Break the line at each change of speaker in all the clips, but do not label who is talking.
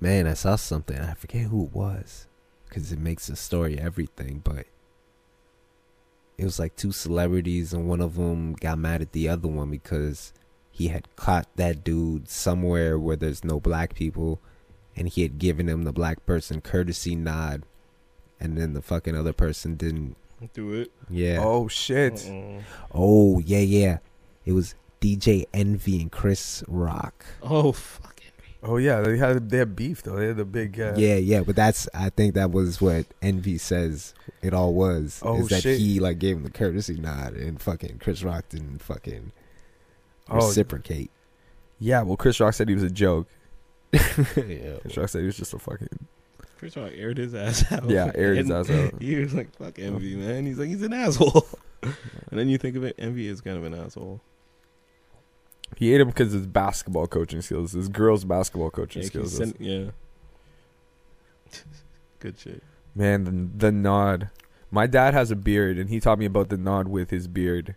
Man, I saw something. I forget who it was because it makes the story everything, but it was like two celebrities, and one of them got mad at the other one because he had caught that dude somewhere where there's no black people, and he had given him the black person courtesy nod, and then the fucking other person didn't.
Do it.
Yeah.
Oh shit.
Mm-mm.
Oh yeah, yeah. It was DJ Envy and Chris Rock.
Oh fucking.
Oh yeah, they had they had beef though. They had the big uh,
Yeah, yeah, but that's I think that was what Envy says it all was.
Oh,
is that
shit.
he like gave him the courtesy nod and fucking Chris Rock didn't fucking
Oh
reciprocate.
yeah. Well, Chris Rock said he was a joke.
yeah.
Chris Rock said he was just a fucking
Chris Rock aired his ass out.
yeah. Aired his
And
ass out.
He was like, "Fuck Envy, man." He's like, "He's an asshole." and then you think of it, Envy is kind of an asshole.
He ate him because his basketball coaching skills, his girls' basketball coaching
Yeah, he
skills.
sent- yeah. Good shit.
Man, the, the nod. My dad has a beard, and he taught me about the nod with his beard.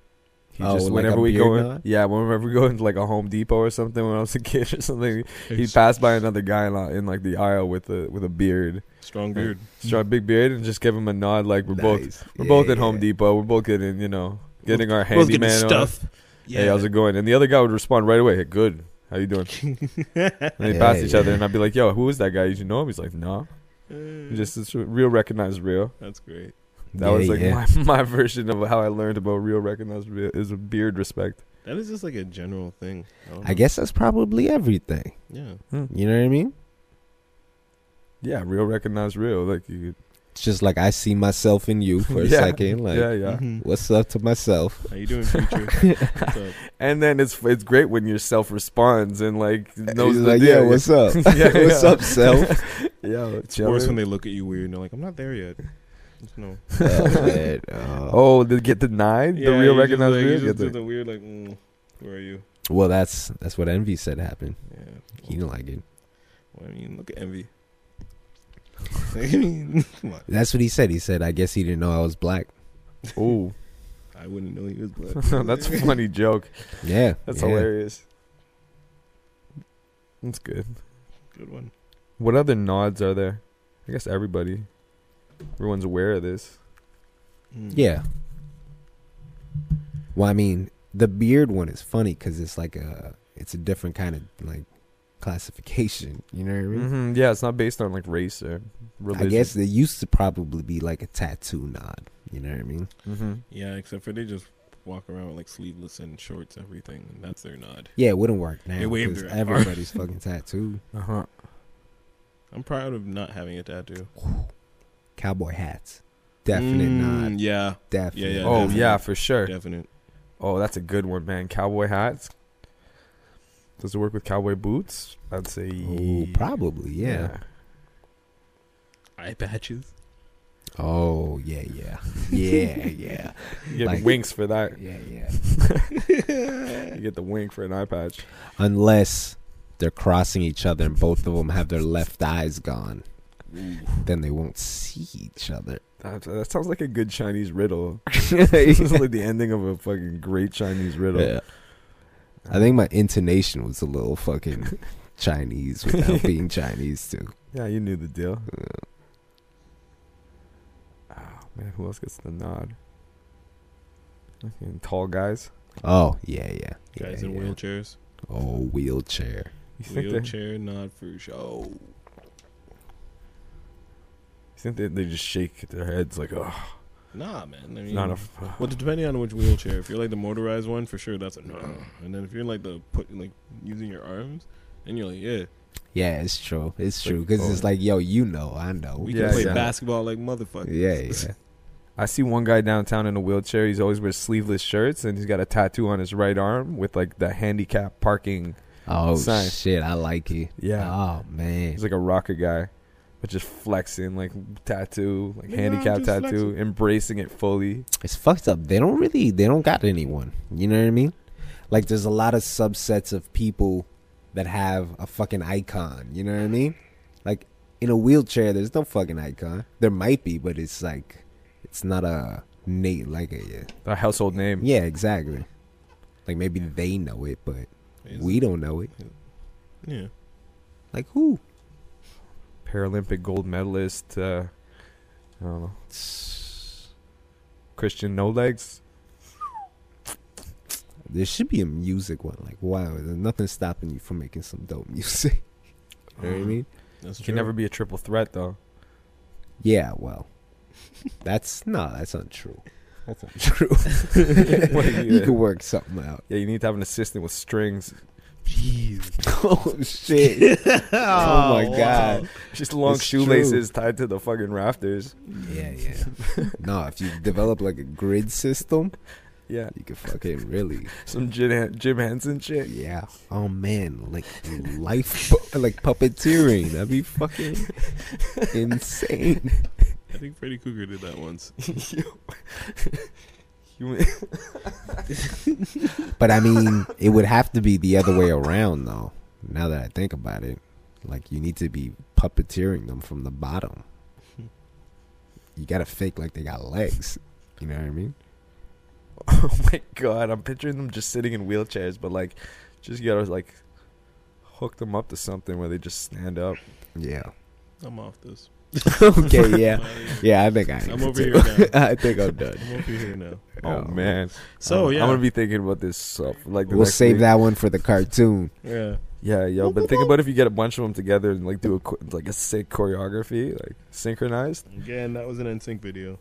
He
Oh,
just
like a
whenever we
beard
go, in-
nod?
yeah, whenever we go into like a Home Depot or something when I was a kid or something, he
Ex-
passed by another guy in, in like the aisle with a with a beard,
strong beard.
strong big beard, and just give him a nod like we're both
Nice.
we're
Yeah,
both at
yeah.
Home Depot, we're both getting you know getting our
Both getting
handyman on.
stuff.
Hey, how's it going? And the other guy would respond right away, hey, good. How you doing? And they
Yeah,
pass each
yeah.
other, and I'd be like, "Yo, who is that guy? Did you know him?" He's like, "No,
Uh,
just it's real, recognize real."
that's great.
That
Yeah,
was like
yeah.
my, my version of how I learned about real recognized real is a beard respect.
That is just like a general thing. don't
I
know.
guess that's probably everything.
Yeah.
You know what I mean?
Yeah, real recognized real. Like you,
It's just like I see myself in you for a
Yeah.
second. Like
yeah, yeah.
Mhm.
what's up to myself?
How you doing, future? What's up?
And then it's it's great when your self responds and like knows
Uh, He's
the
like,
deal.
yeah, what's up?
Yeah,
what's
yeah.
up, self?
yeah,
It's worse when they look at you weird and they're like, "I'm not there yet." Just no.
oh, man. Oh.
oh they get denied the real recognized
like, You
real. Get
just do
the,
the weird like, mm, "Where are you?"
Well, that's that's what Envy said happened.
Yeah.
He didn't like it.
Well, I mean, look at envy. I mean, come on.
That's what he said. He said, "I guess he didn't know I was black."
oh,
I wouldn't know he was black.
that's a funny joke.
Yeah,
That's
yeah.
hilarious. That's good.
Good one.
What other nods are there? I guess everybody, everyone's aware of this.
Mm.
Yeah. Well, I mean, the beard one is funny because it's like a it's a different kind of like classification. You know what I mean?
hmm Yeah, it's not based on like race or religion.
I guess it used to probably be like a tattoo nod. You know what I mean?
hmm
Yeah, except for they just walk around with like sleeveless and shorts, everything. And that's their nod.
Yeah, it wouldn't work now
They waved
'cause
their arm.
everybody's fucking tattooed.
Uh huh.
I'm proud of not having a tattoo.
Cowboy hats, definite nod,
Mm, Yeah,
definite.
yeah,
oh
nod.
definitely.
yeah, for sure.
definite.
Oh, that's a good one, man. Cowboy hats. Does it work with cowboy boots? I'd say.
Oh, probably yeah.
Eye patches.
Oh yeah, yeah, yeah, yeah,
You get
Like-
winks for that.
yeah, yeah.
You get the wink for an eye patch.
unless they're crossing each other and both of them have their left eyes gone then they won't see each other
That, that sounds like a good Chinese riddle. This is like the ending of a fucking great Chinese riddle.
Yeah. i think my intonation was a little fucking chinese without being chinese too
Yeah, you knew the deal. Oh man, who else gets the nod? Fucking tall guys.
oh yeah yeah, yeah,
Guys in
yeah.
wheelchairs.
oh wheelchair
You think they, you
Wheelchair nod for show.
think they, they just shake their heads like, oh,
Nah, man. I mean,
not a.
Well, depending on which wheelchair. If you're like the motorized one, for sure that's a no. And then if you're like the put like using your arms, then you're like, yeah,
yeah it's true it's
Like,
true because it's
oh.
like yo you know i know
we
Yeah,
can play
yeah.
basketball like motherfuckers.
yeah yeah
I see one guy downtown in a wheelchair. He's always wears sleeveless shirts, and he's got a tattoo on his right arm with like the handicap parking.
oh
Sign.
shit i like it
Yeah,
oh man
he's like a rocker guy, but just flexing like tattoo, like
Nigga, I'm
handicap
just
tattoo,
flexing.
embracing it fully.
it's fucked up. They don't really they don't got anyone. You know what I mean? Like there's a lot of subsets of people that have a fucking icon. You know what I mean? Like in a wheelchair, there's no fucking icon. There might be, but it's like it's not a Nate like a
A household name.
yeah exactly. Like maybe they know it, but
It's-
we don't know it.
Yeah.
Like who?
Paralympic gold medalist. Uh, I don't know. Christian No Legs.
There should be a music one. Like, wow, there's nothing stopping you from making some dope music. you
Uh-huh.
know what I mean?
That's
Can
true.
never be a triple threat though.
Yeah, well, that's no, that's untrue.
That's
True.
Wait,
You
yeah.
could work something out.
Yeah, you need to have an assistant with strings.
Jeez.
Oh shit! oh my
wow.
god!
Just long
It's true.
shoelaces tied to the fucking rafters.
Yeah, yeah. no, if you develop like a grid system,
Yeah,
you could fucking really.
some Jim, Han- Jim Henson shit.
Yeah. Oh man, like life, pu- like puppeteering. That'd be fucking insane.
I think Freddy Cougar did that once.
Human-
But I mean, it would have to be the other way around, though. Now that I think about it, like you need to be puppeteering them from the bottom. You gotta fake like they got legs. You know what I mean?
oh my god, I'm picturing them just sitting in wheelchairs, but like, just you gotta like hook them up to something where they just stand up.
Yeah.
I'm off this.
okay. Yeah.
I'm outta here.
Yeah. I think I.
I'm
am
over here now.
I think I'm done.
I'm over here now.
Oh, man. Um,
So
I'm,
yeah,
I'm gonna be thinking about this stuff. Like, the
We'll
next
save
week.
that one for the cartoon.
yeah.
Yeah, yo, but think about if you get a bunch of them together and like do a qu- like a sick choreography, like synchronized.
Again, that was an NSYNC video.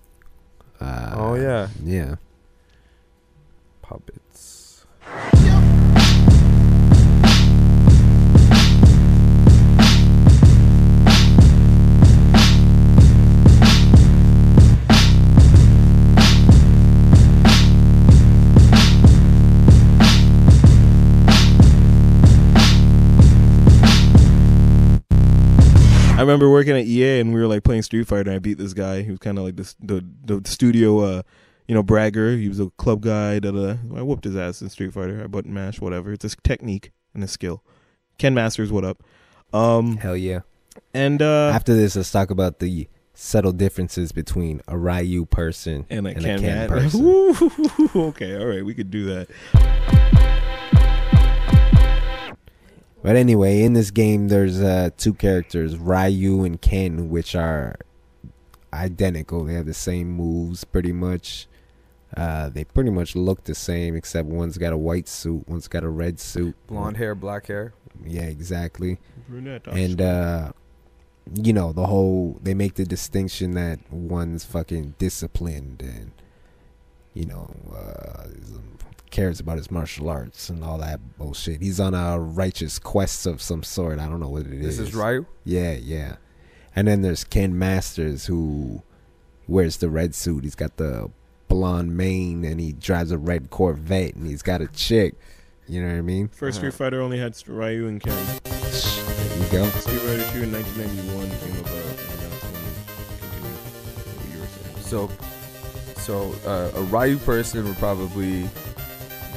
Uh,
oh yeah,
Yeah.
puppets.
I remember working at EA and we were like playing Street Fighter. and I beat this guy. He was kind of like this the the studio, uh, you know, bragger. He was a club guy. Da, da, da. I whooped his ass in Street Fighter. I button mash, whatever. It's a technique and a skill. Ken Masters, what up? Um,
Hell yeah.
and uh,
After this, let's talk about the subtle differences between a Ryu person
and a
and a
Ken,
Ken
Mat-
person.
Ooh, okay, all right, we could do that.
But anyway, in this game, there's uh, two characters, Ryu and Ken, which are identical. They have the same moves, pretty much. Uh, they pretty much look the same, except one's got a white suit, one's got a red suit.
Blonde hair, black hair.
Yeah, exactly.
Brunette,
And uh, you know the whole they make the distinction that one's fucking disciplined and you know uh, is- cares about his martial arts and all that bullshit. He's on a righteous quest of some sort. I don't know what it is.
This is Ryu.
Yeah, yeah. And then there's Ken Masters who wears the red suit. He's got the blonde mane and he drives a red Corvette and he's got a chick. You know what I mean?
First Street
Uh-huh.
Fighter only had Ryu and Ken.
There you go.
Street Fighter 2 in 1991 came about, and that's when it continued what you were saying.
So, so uh, a Ryu person would probably,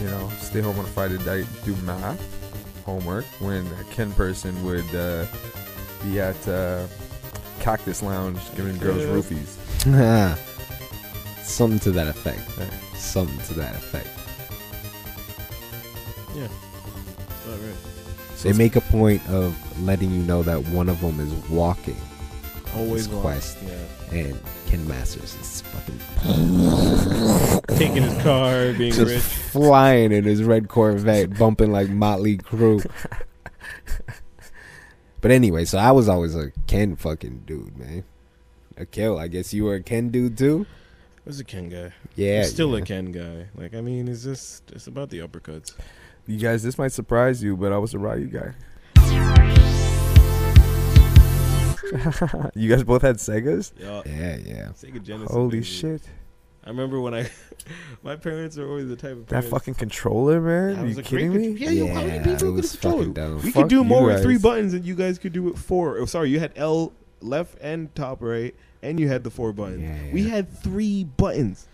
you know, stay home on a Friday night, do math, homework. When a Ken person would uh, be at uh, Cactus Lounge giving girls
Yeah.
roofies.
Something to that effect.
Yeah.
Something to that effect.
It's not right.
So
They
it's-
make a point of letting you know that one of them is walking.
Always
His
wrong.
quest.
Yeah.
And Ken Masters is fucking
Taking his car, being
just
rich.
flying in his red Corvette, bumping like Motley Crue. but anyway, so I was always a Ken fucking dude, man. A kill. I guess you were a Ken dude too.
I was a Ken guy.
Yeah,
I'm still
yeah.
a Ken guy. Like, I mean, it's just, it's about the uppercuts.
you guys, this might surprise you, but I was a Ryu guy. you guys both had Segas.
Yeah.
Yeah, yeah.
Sega Genesis.
Holy
baby.
shit!
I remember when I, my parents are always the type of
That
parents-
fucking controller, man.
That
Are
was
you
a great
kidding
control-
me?
Yeah, yo, how many people
it
could
was
control
fucking
it?
dumb.
We
Fuck
could do
you
more with three
guys.
buttons, and you guys could do it four. Oh, sorry, you had L left and top right, and you had the four buttons.
Yeah,
We
yeah.
had three buttons.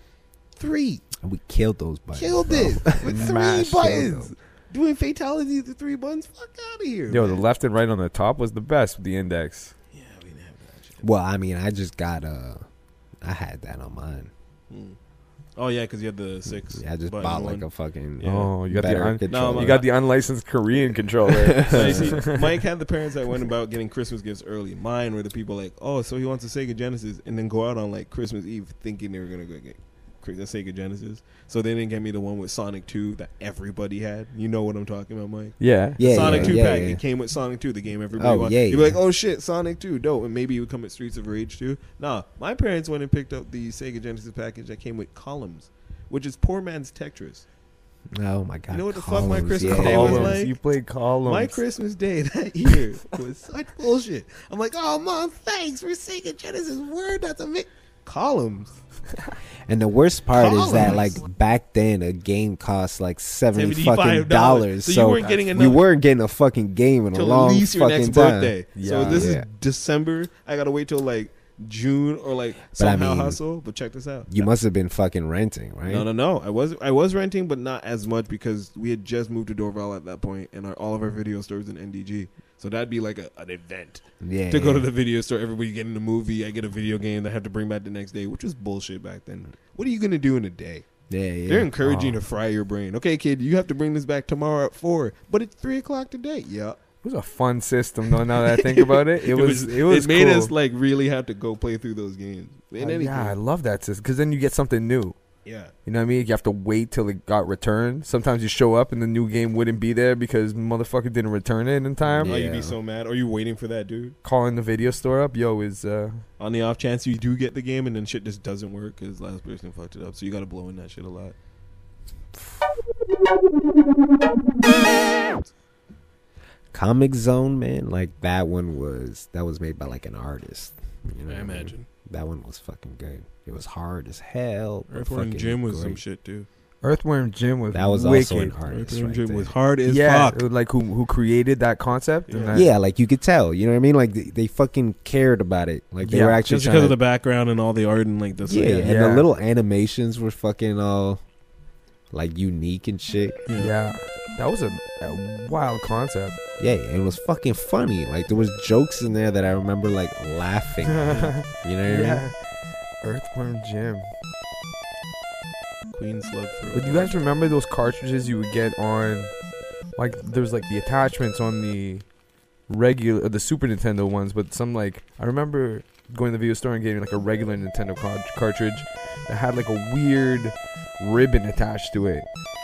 Three.
We killed those buttons.
Killed
bro.
it with three
Mashed
buttons.
them.
Doing fatalities with three buttons. Fuck out of here.
Yo, the
man.
left and right on the top was the best with the index.
yeah, we didn't have that shit.
Well, I mean, I just got uh, I had that on mine.
Hmm. Oh yeah, because you had the six.
Yeah, I just
button
bought like
one.
a fucking.
Yeah.
Oh, you got
better
the un-
controller.
No,
you got the unlicensed Korean controller.
So you see, Mike had the parents that went about getting Christmas gifts early. Mine were the people like, oh, so he wants a Sega Genesis, and then go out on like Christmas Eve thinking they were gonna go get cra- the Sega Genesis. So they didn't get me the one with Sonic Two that everybody had. You know what I'm talking about, Mike?
yeah.
Yeah,
Sonic
yeah,
2
yeah,
pack.
yeah.
It came with Sonic 2, the game everybody
Oh,
wanted.
yeah,
You'd be like,
yeah.
oh shit, Sonic 2, dope. And maybe it would come with Streets of Rage 2. Nah, my parents went and picked up the Sega Genesis package that came with columns, which is poor man's Tetris.
Oh my god.
know what the fuck my
columns,
Christmas
yeah.
day was
Columns.
like-
you played columns.
My Christmas day that year was such bullshit. I'm like, oh mom, thanks for Sega Genesis. Word, that's a mi-. columns.
And the worst part is that like
Columns.
back then a game cost like seventy
$75.
fucking dollars.
So
So,
you weren't getting
you
enough-
weren't getting a fucking game in a
till at
long
least
fucking
your next
time.
birthday. So
Yeah.
this
Yeah.
is December. I gotta wait till like June or like
But I
somehow
mean,
hustle. But check this out.
You must have been fucking renting, right?
No, no, no. I was I was renting, but not as much because we had just moved to Dorval at that point, and our, all of our video stores in NDG. So that'd be like a, an event
Yeah.
to go to
yeah.
the video store. Everybody getting a movie. I get a video game that I have to bring back the next day, which was bullshit back then. What are you gonna do in a day?
Yeah, yeah. oh.
They're encouraging to fry your brain. Okay, kid, you have to bring this back tomorrow at four, but it's three o'clock today. Yeah,
It was a fun system, though. Now that I think about it, it was it was
it made
cool.
us like really have to go play through those games. In
Uh,
any
yeah, I
case,
love that system because then you get something new.
yeah.
You know what I mean? You have to wait till it got returned. Sometimes you show up and the new game wouldn't be there because motherfucker didn't return it in time.
Oh,
Yeah.
you'd be so mad. Are you waiting for that dude?
Calling the video store up, yo, is uh,
on the off chance you do get the game and then shit just doesn't work because last person fucked it up. So you gotta blow in that shit a lot.
Comic Zone, man. Like that one was that was made by like an artist. You know what
I
mean?
imagine.
That one was fucking good. It was hard as hell. but
Earthworm
fucking
Jim was some
great.
shit too.
Earthworm Jim was
That was
wicked.
also an artist.
Earthworm
right
Jim
there.
was hard as
yeah,
fuck.
it was like who who created that concept? and
Yeah.
that-
yeah, like you could tell. You know what I mean? Like they, they fucking cared about it. Like they
Yeah,
were actually
Just
trying
because
to
of the background and all the art and like this.
yeah,
yeah.
and the
Yeah.
little animations were fucking all like unique and shit.
Yeah.
yeah. That was a, a wild concept.
Yeah, and it was fucking funny. Like there was jokes in there that I remember like laughing. at.
yeah,
you know what I mean?
Earthworm Jim.
Queen Slug for
But do you guys remember those cartridges you would get on, like there's like the attachments on the regular, the Super Nintendo ones, but some like I remember going to the video store and getting like a regular Nintendo cart- cartridge that had like a weird ribbon attached to it,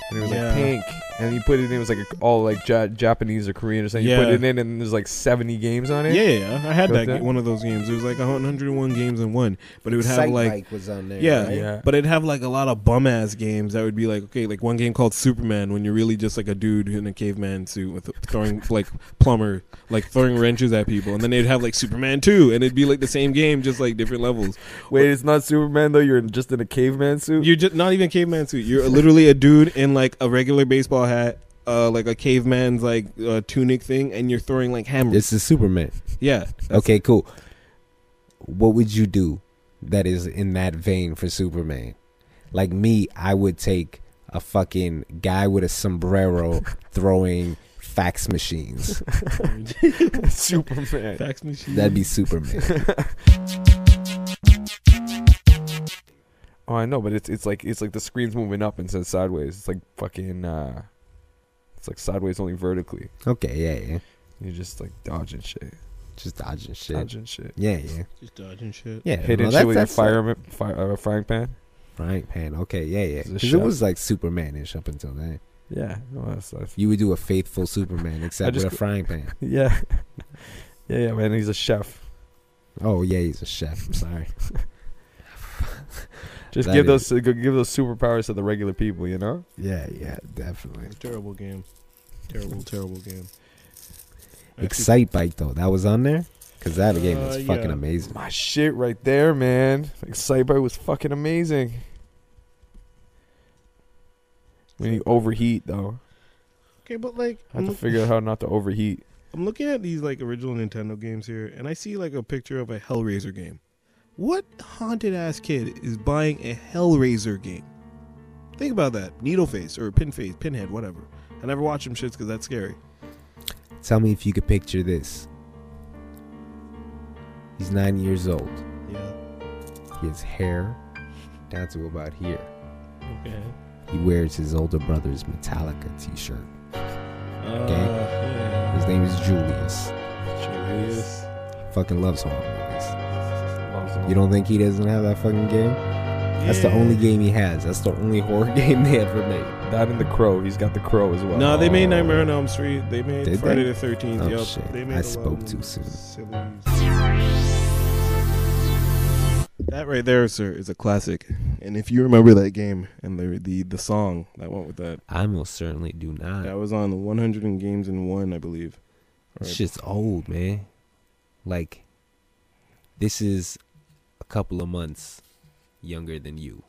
and it was
Yeah.
like pink, and you put it in, it was like a, all like ja- Japanese or Korean or something. You
Yeah.
put it in, and there's like 70 games on it.
Yeah, yeah, I had
Got
that,
that?
ga- one of those games. It was like 101 games in one, but it would have
Sight
like
Bike was on there.
Yeah,
right?
yeah.
But it'd have like a lot of bum ass games that would be like, okay, like one game called Superman when you're really just like a dude in a caveman suit with throwing like plumber, like throwing wrenches at people. And then they'd have like Superman 2 and it'd be like the same game, just like different levels.
Wait, it's not Superman though. You're in- just in a caveman suit.
You're just not even caveman suit. You're literally a dude in like a regular baseball hat. Uh, like a caveman's like uh, tunic thing, and you're throwing like hammers.
This is Superman.
yeah,
Okay, cool. What would you do that is in that vein for Superman? Like me, I would take a fucking guy with a sombrero throwing fax machines.
Superman.
fax machine.
That'd be Superman.
Oh, I know, but it's it's like it's like the screen's moving up instead of sideways. It's like fucking. uh It's like sideways only vertically.
Okay, yeah, yeah.
You're just like dodging shit,
Just dodging shit.
dodging shit.
Yeah, yeah.
just dodging shit.
Yeah.
Hitting
no,
shit
that-
with your
that's like-
fire, fire uh, frying pan.
Frying pan. Okay, yeah, yeah.
It's a
'Cause it
chef.
was like Superman-ish up until then.
Yeah, no, Oh, that's, that's
You would do a faithful Superman, except
just
with a
go-
frying pan.
yeah, yeah, yeah. Man, he's a chef.
Oh yeah, he's a chef. I'm sorry.
Just
That
give
is-
those uh, give those superpowers to the regular people. You know.
Yeah, yeah, definitely.
Terrible game. Terrible, terrible game.
Excite Bike though, that was on there because that game was
Uh,
fucking
yeah.
amazing.
My shit right there, man. Like Cyber was fucking amazing. When you overheat though,
Okay, but like
I have
I'm
to figure out how not to overheat.
I'm looking at these like original Nintendo games here, and I see like a picture of a Hellraiser game. What haunted ass kid is buying a Hellraiser game? Think about that. Needleface or Pinface, Pinhead, whatever. I never watch them shits because that's scary.
Tell me if you could picture this. He's nine years old.
Yeah.
He has hair down to about here.
Okay.
He wears his older brother's Metallica T-shirt.
Uh,
Okay.
yeah.
His name is Julius.
Julius.
Fucking loves horror movies.
Loves them.
You don't think he doesn't have that fucking game? That's the
Yeah.
only game he has. That's the only horror game they ever made.
that and the crow. He's got the crow as well.
No, they made Nightmare on Elm Street. They made
Did
Friday
they?
the Thirteenth.
Oh,
yup.
shit.
They
I
made a lot
spoke
of
too soon.
silly- That right there, sir, is a classic. And if you remember that game and the the, the song that went with that,
I most certainly do not.
that was on 100 and games in one, I believe. Or-
It's just old, man. Like, this is a couple of months younger than you.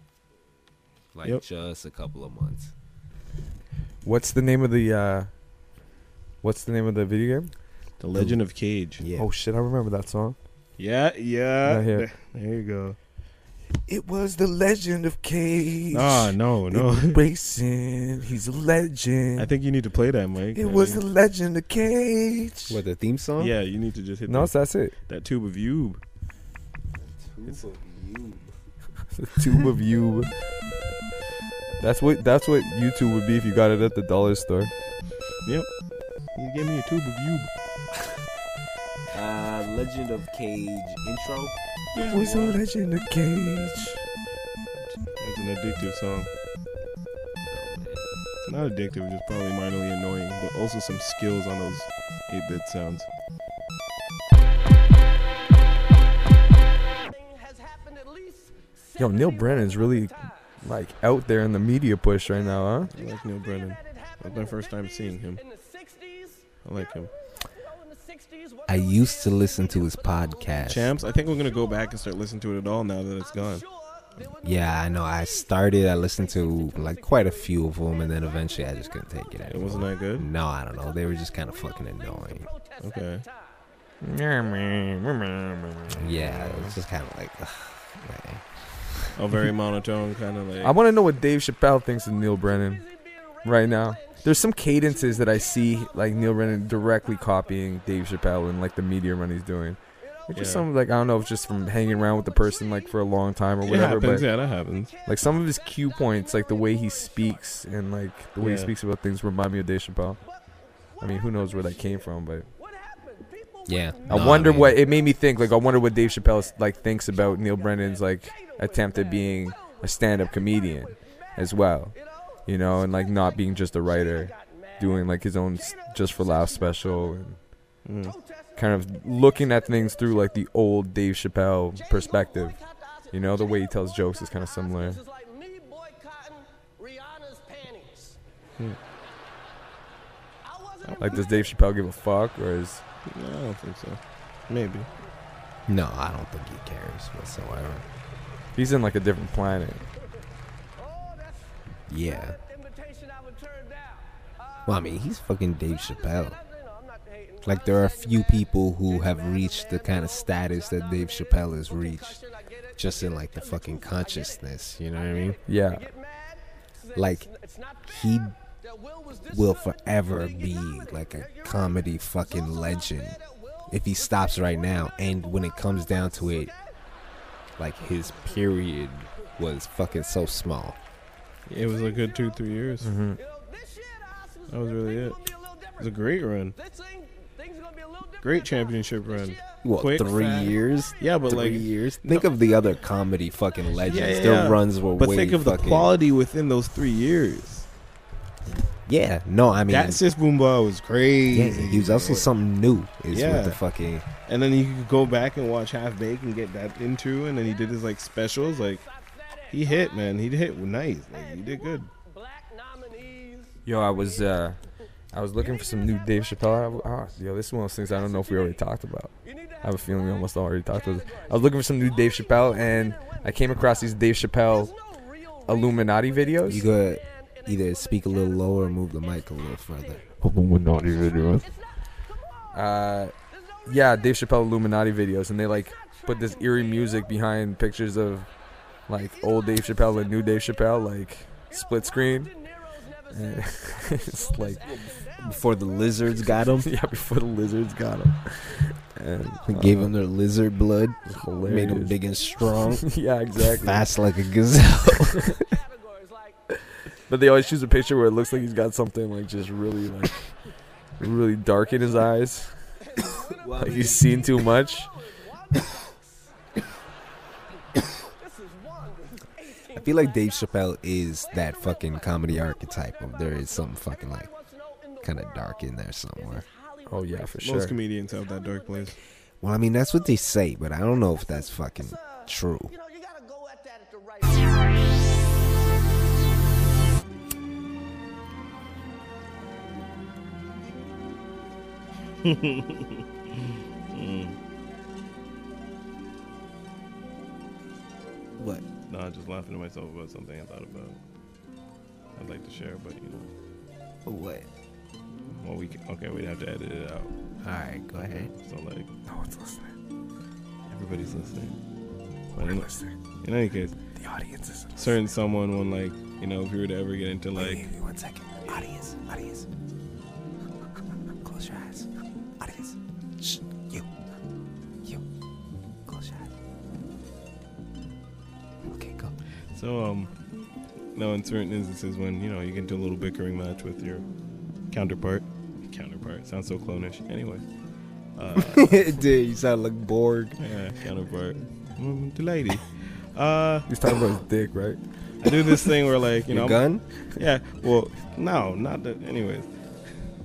Like,
Yep.
just a couple of months.
What's the name of the? uh What's the name of the video game?
the Legend of Cage.
Yeah.
Oh shit, I remember that song.
Yeah, yeah.
Right here.
There you go.
It was the Legend of Cage.
Ah, no, no.
racing. He's a legend.
I think you need to play that, Mike. I mean,
Legend of Cage.
What, the theme song?
Yeah, you need to just hit
No,
that,
that's it.
that tube of you.
Tube of You. That's what that's what YouTube would be if you got it at the dollar store.
You gave me a tube of you.
Uh, Legend of Cage intro.
It was a Legend of Cage.
It's an addictive song. It's not addictive, just probably minorly annoying, but also some skills on those 8 bit sounds.
Yo, Neil Brennan's really like out there in the media push right now, huh?
I like Neil Brennan. That's my first time seeing him. I like him.
I used to listen to his podcast.
Champs, I think we're going to go back and start listening to it at all now that it's gone.
Yeah, I know. I started, I listened to like quite a few of them, and then eventually I just couldn't take it
It
anymore.
wasn't that good?
No, I don't know. They were just kind of fucking annoying.
Okay.
Yeah, it was just kind of like, ugh, man.
Oh, very monotone, kind of like.
I want to know what Dave Chappelle thinks of Neil Brennan right now. There's some cadences that I see like Neil Brennan directly copying Dave Chappelle and like the media run he's doing. Like, Just
Yeah.
some like I don't know if it's just from hanging around with the person like for a long time or
it
whatever,
happens.
but
Yeah, that happens.
like some of his cue points, like the way he speaks and like the way he
Yeah.
speaks about things, remind me of Dave Chappelle. I mean, who knows where that came from, but
Yeah.
I
Nah,
wonder
man.
what it made me think. Like I wonder what Dave Chappelle like thinks about Neil Brennan's like attempt at being a stand-up comedian as well, you know, and like not being just a writer, doing like his own s- just for laughs special and
Mm.
kind of looking at things through like the old Dave Chappelle perspective. You know, the way he tells jokes is kind of similar. Hmm. Like, does Dave Chappelle give a fuck, or is
No, I don't think so. Maybe.
No, I don't think he cares whatsoever.
he's in like a different planet?
Oh, Yeah. Well, Uh, I mean, he's fucking Dave Chappelle. Like, there are a few people who have reached the kind of status that Dave Chappelle has reached, just in like the fucking consciousness. You know what I mean?
Yeah,
Like, he will forever be like a comedy fucking legend if he stops right now. And when it comes down to it, like his period was fucking so small.
It was a good two, three years.
hmm
That was really it. It was a great run. Great championship run.
What
Quick,
three
fat.
years?
Yeah, but
three
like.
years. Think of the other comedy fucking legends.
yeah,
Their
yeah.
runs were
But
way
think of the
fucking.
quality within those three years.
Yeah, no, I mean,
that sis Boomba was
yeah,
crazy.
he was also something new. Is
Yeah.
what the fucking
and then you could go back and watch Half Baked and get that into, and then he did his like specials. Like he hit, man. He hit nice. Like he did good.
Yo, I was uh, I was looking for some new Dave Chappelle. album. Ah, yo, this is one of those things I don't know if we already talked about. I have a feeling we almost already talked about. This. I was looking for some new Dave Chappelle, and I came across these Dave Chappelle Illuminati videos.
you could Oh, either speak a little lower or move the mic a little further.
uh, yeah, Dave Chappelle Illuminati videos, and they like put this eerie music behind pictures of like old Dave Chappelle and new Dave Chappelle, like split screen.
Uh,
And it's like
Before the lizards got him,
yeah, before the lizards got him, and
gave him their lizard blood,
hilarious.
made him big and strong,
yeah, exactly.
fast like a gazelle.
But they always choose a picture where it looks like he's got something like just really like really dark in his eyes. Like he's seen too much.
I feel like Dave Chappelle is that fucking comedy archetype of there is something fucking like kind of dark in there somewhere.
Oh yeah, for
Most
sure.
comedians have that dark place.
Well, I mean that's what they say, but I don't know if that's fucking true.
You know, you gotta go at that at the right
What?
No, I'm just laughing to myself about something I thought about. I'd like to share, but you know,
What?
well, we can, okay, we'd have to edit it out.
All right, go ahead.
So like,
No one's listening.
everybody's listening. But
We're
in,
listening.
in any case,
The audience is listening.
certain someone when like, you know, if we were to ever get into like,
Give me one second. Audience, audience. Close your eyes. Audience. Shh. You. You. Close your eyes. Okay, go.
so um, no, in certain instances when you know you get into a little bickering match with your counterpart, counterpart sounds so clonish. Anyway, uh,
Dude, you sound like Borg.
yeah, uh, counterpart, mm, the lady. Uh,
He's talking about his dick, right?
I do this thing where like you know,
Your
I'm-
gun?
yeah. Well, no, not that. Anyways,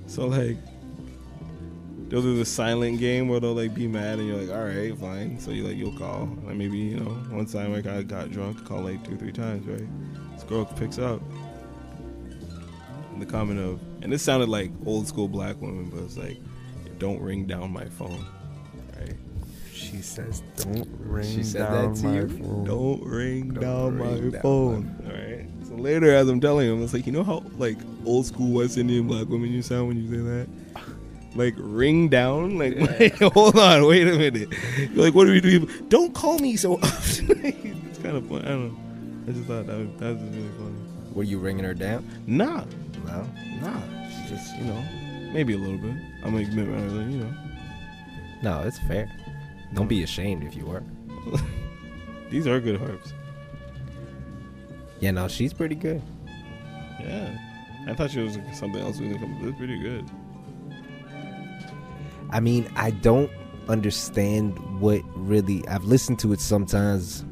so like they'll do the silent game where they'll like be mad and you're like, all right, fine. So you like you'll call. Like maybe you know one time like I got drunk, called like two three times, right? This girl picks up. And the comment of, and this sounded like old school black woman, but it's like, don't ring down my phone, right?
She says, "Don't ring
She said
down
that to
my
you?
phone."
Don't ring
Don't
down
ring
my
down
phone. All right. So later, as I'm telling him, it's like you know how like old school West Indian black women you sound when you say that. Like ring down, like wait, hold on, wait a minute. You're like, what do we do? Don't call me so often. it's kind of fun. I don't know. I just thought that was, that was just really funny.
Were you ringing her down?
Nah,
No.
nah. It's just you know, maybe a little bit. I'm gonna admit, I was like, you know,
No, it's fair. Don't be ashamed if you were.
these are good harps.
Yeah, no, she's pretty good.
Yeah, I thought she was like, something else. We was gonna come. That's pretty good.
I mean, I don't understand what really. I've listened to it sometimes,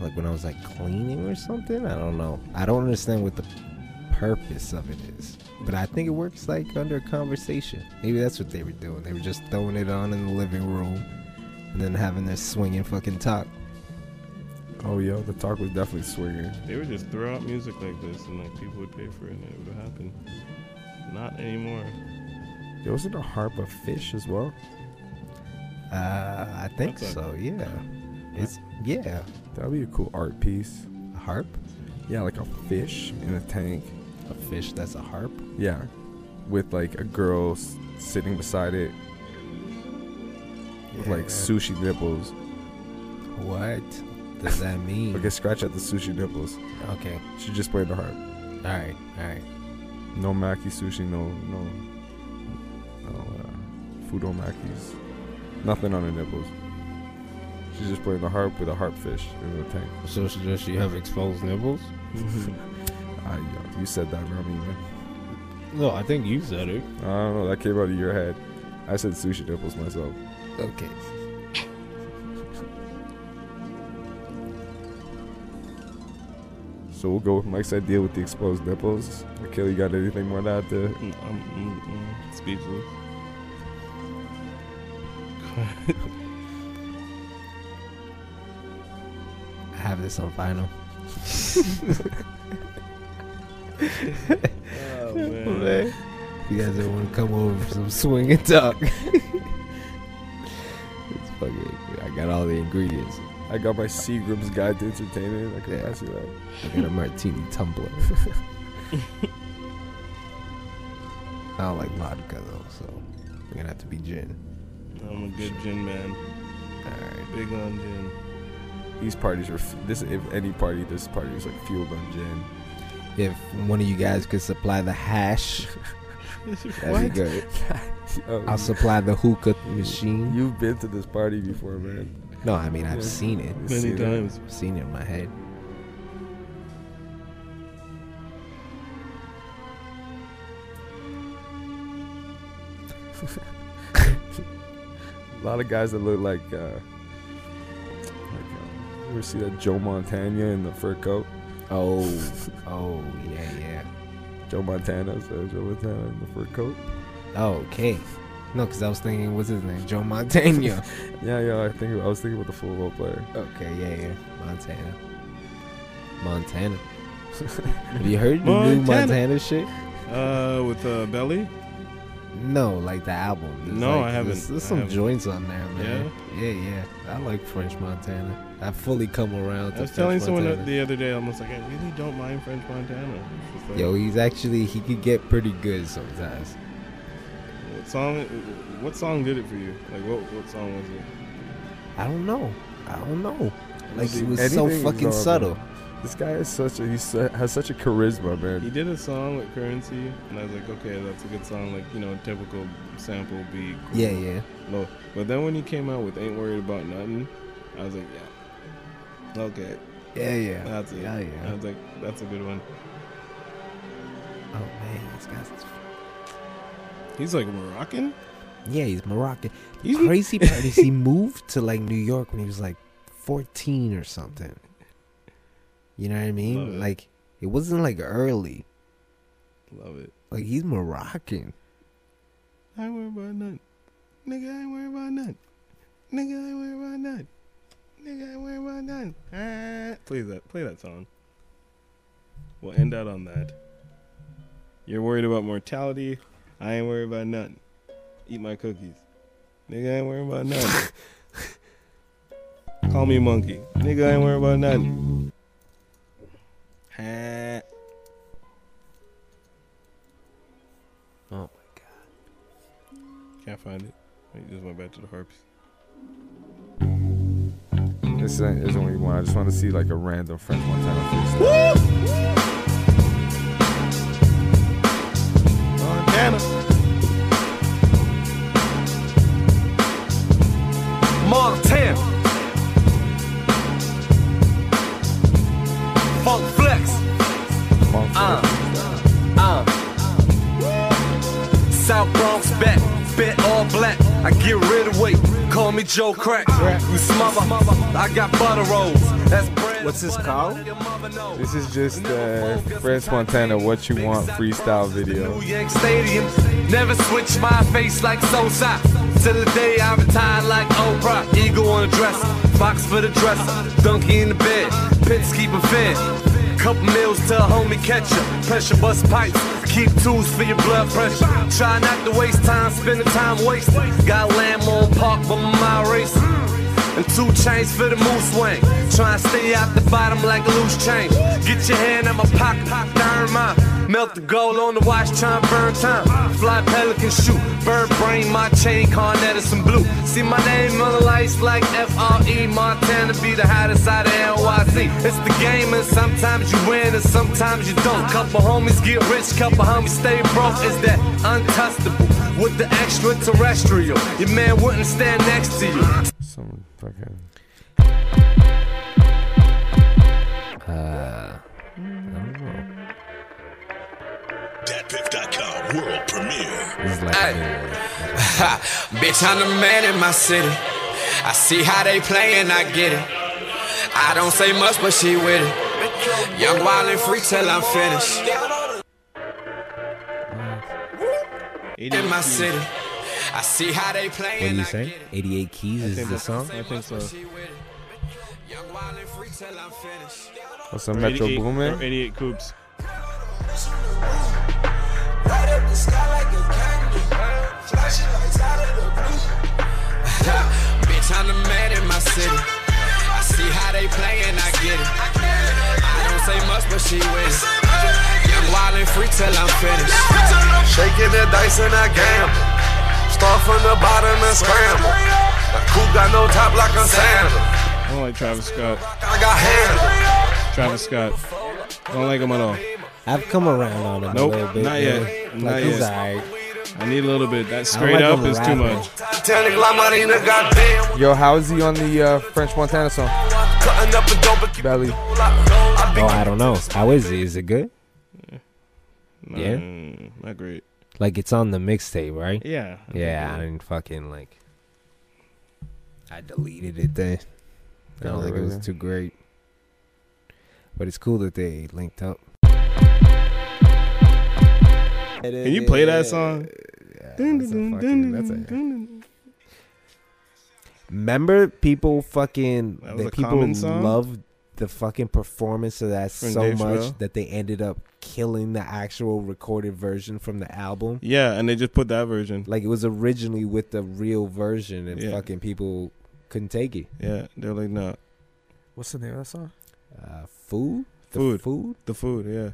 like when I was like cleaning or something. I don't know. I don't understand what the purpose of it is, but I think it works like under conversation. Maybe that's what they were doing. They were just throwing it on in the living room, and then having their swinging fucking talk.
Oh, yo, the talk was definitely swinging.
They would just throw out music like this, and like people would pay for it, and it would happen. Not anymore.
There wasn't a harp of fish as well.
Uh, I think
That's a-
so. Yeah, it's yeah,
That'd be a cool art piece.
a harp,
Yeah, like a fish in a tank.
a fish that's a harp.
Yeah, with like a girl s- sitting beside it with like
Yeah.
sushi nipples.
what does that mean?
Okay, scratch out the sushi nipples.
okay,
She just played the harp.
all right, all right.
No maki sushi. No, no, no uh, fudomakis. Nothing on her nipples. She just playing the harp with a harp fish in the tank.
So does she, does she have exposed nipples?
I, yo, you said that, not me, man.
No, I think you said it.
I don't know. That came out of your head. I said sushi nipples myself.
Okay.
So we'll go with Mike's idea with the exposed nipples. Mikhail, you got anything more to add to
Mm, I'm, mm, mm, speechless.
I have this on vinyl.
Oh man.
If you guys ever want to come over for some swing and talk. it's fucking. I got all the ingredients.
I got my Seagram's Guide to Entertainment. I can
Yeah.
pass you that.
I got a martini tumbler. I don't like vodka though, so we're gonna have to be gin.
I'm a good gin man.
All right.
Big on gin.
These parties are. F- this if any party, this party is like fueled on gin.
If one of you guys could supply the hash, that'd be good.
Yo,
I'll supply the hookah machine.
Um, You've been to this party before, man.
No, I mean
Yeah.
I've seen it.
You've
Many
seen it.
times.
I've seen it in my head.
a lot of guys that look like, uh, like uh, you ever see that Joe Montana in the fur coat?
Oh, oh, yeah, yeah.
Joe Montana, so Joe Montana in the fur coat.
Oh, okay. No, because I was thinking, what's his name? Joe Montana.
Yeah, yeah. I think I was thinking about the football player.
okay, yeah, yeah. Montana. Montana. Have you heard the new
Montana.
Montana shit?
Uh, with uh, Belly.
No, like the album. It's
No,
like-
I haven't.
There's, there's
I
some
haven't.
joints on there, man. Yeah, yeah. I like French Montana. I fully come around. To
I was telling
French
someone
Montana.
the other day, I'm just like, I really don't mind French Montana. It's just like,
Yo, he's actually he could get pretty good sometimes.
what song? What song did it for you? Like, what what song was it?
I don't know. I don't know. Like
See,
it was so
anything is
fucking
horrible.
subtle.
This guy is such a he su- has such a charisma,
He
man.
did a song with Currency, and I was like, okay, that's a good song. Like, you know, typical sample beat. cool,
Yeah, yeah.
Low. But then when he came out with Ain't Worried About Nothing, I was like, yeah. Okay,
Yeah, yeah.
that's it.
Yeah,
I
yeah.
was like, that's a good one.
Oh man, this guy's
He's like Moroccan?
Yeah, he's Moroccan. The
He's-
crazy part is he moved to like New York when he was like 14 or something. You know what I mean?
Love it.
Like it wasn't like early.
Love it.
Like he's Moroccan.
I ain't worried about nothing. Nigga, I ain't worried about nothing. Nigga, I ain't worried about nothing. Nigga, I ain't worried about nothing. Ah. Play that. Play that song. We'll end out on that. You're worried about mortality. I ain't worried about nothing. Eat my cookies. Nigga, I ain't worried about nothing. Call me monkey. Nigga, I ain't worried about nothing. Ah.
Oh my god.
Can't find it. I just went back to the harps.
This isn't isn't what you want. I just want to see like a random French Montana freestyle.
Montana.
Montana. Funk flex.
Funk
Uh,
French.
uh. South Bronx back, bent all black. I get rid of weight. Call me Joe Crack. You smother, I got butter rolls. That's bread.
What's this called?
This is just uh, French Montana What You Want freestyle video.
New York Stadium. Never switch my face like Sosa. To the day I retire like Oprah. Eagle on a dresser, box for the dresser, donkey in the bed, pits keep a fed. Couple meals to a homie catcher, pressure bust pipes, keep tools for your blood pressure. Try not to waste time, spend the time wasted. Got land on park, but my race. And two chains for the moose wing. Try and stay out the bottom like a loose chain. Get your hand in my pocket, pop down mine. Melt the gold on the watch, try and burn time. Fly pelican shoot, bird brain, my chain, Carnetta, some blue. See my name on the lights like FRE. Montana be the hottest out of NYC. It's the game, and sometimes you win, and sometimes you don't. Couple homies get rich, couple homies stay broke. It's that untouchable with the extraterrestrial. Your man wouldn't stand next to you.
Some fucking.
Uh I don't know.
Datpiff.com world premiere.
This is like
Hey.
uh,
Ha, bitch, I'm the man in my city. I see how they playing, I get it. I don't say much, but she with it. Young, wild, and free till I'm finished. In my city, I see how they playing.
what do you
I
say?
get it.
88 Keys is
think
the
that's-
song?
Say
I think
much, but
so.
she with it. Young, wild, and free till I'm finished.
Or some Metro
88 or
Boomin.
88 Coops.
Ha, bitch, I'm the man in my city. I see how they playing, I get it. I don't say much, but she with it. Young, wild, and free till I'm finished.
Shaking the dice and I gamble. Start from the bottom and scramble. The coupe got no top like a sandal.
I don't like Travis Scott.
I got handle.
Travis Scott. Don't like him at all.
I've come around on him
Nope,
a little bit.
not
man.
yet.
Like
Not
he's
yet.
alright.
I need a little bit. That straight up
him
is too
rapping.
much.
Titanic La Marina, goddamn.
Yo, how is he on the uh, French Montana song?
Cutting up a dope and keep
Belly.
I be
Oh, I don't know. How is it? Is it good?
Nah,
Yeah?
Mm, Not great.
Like it's on the mixtape, right?
Yeah.
Yeah, I didn't fucking like. I deleted it then. I don't think it was
Yeah.
too great. But it's cool that they linked up.
Can you play that song?
Yeah, that's a fucking- that's a- Remember, people fucking
That
that
was a
people
common song?
loved the fucking performance of that
From
so
Dave
much
Chappelle?
that they ended up killing the actual recorded version from the album.
Yeah, and they just put that version.
Like it was originally with the real version, and
Yeah.
fucking people couldn't take it.
Yeah, they're like, no,
What's the name of that song?
Uh, food, the
Food.
food.
the food. Yeah,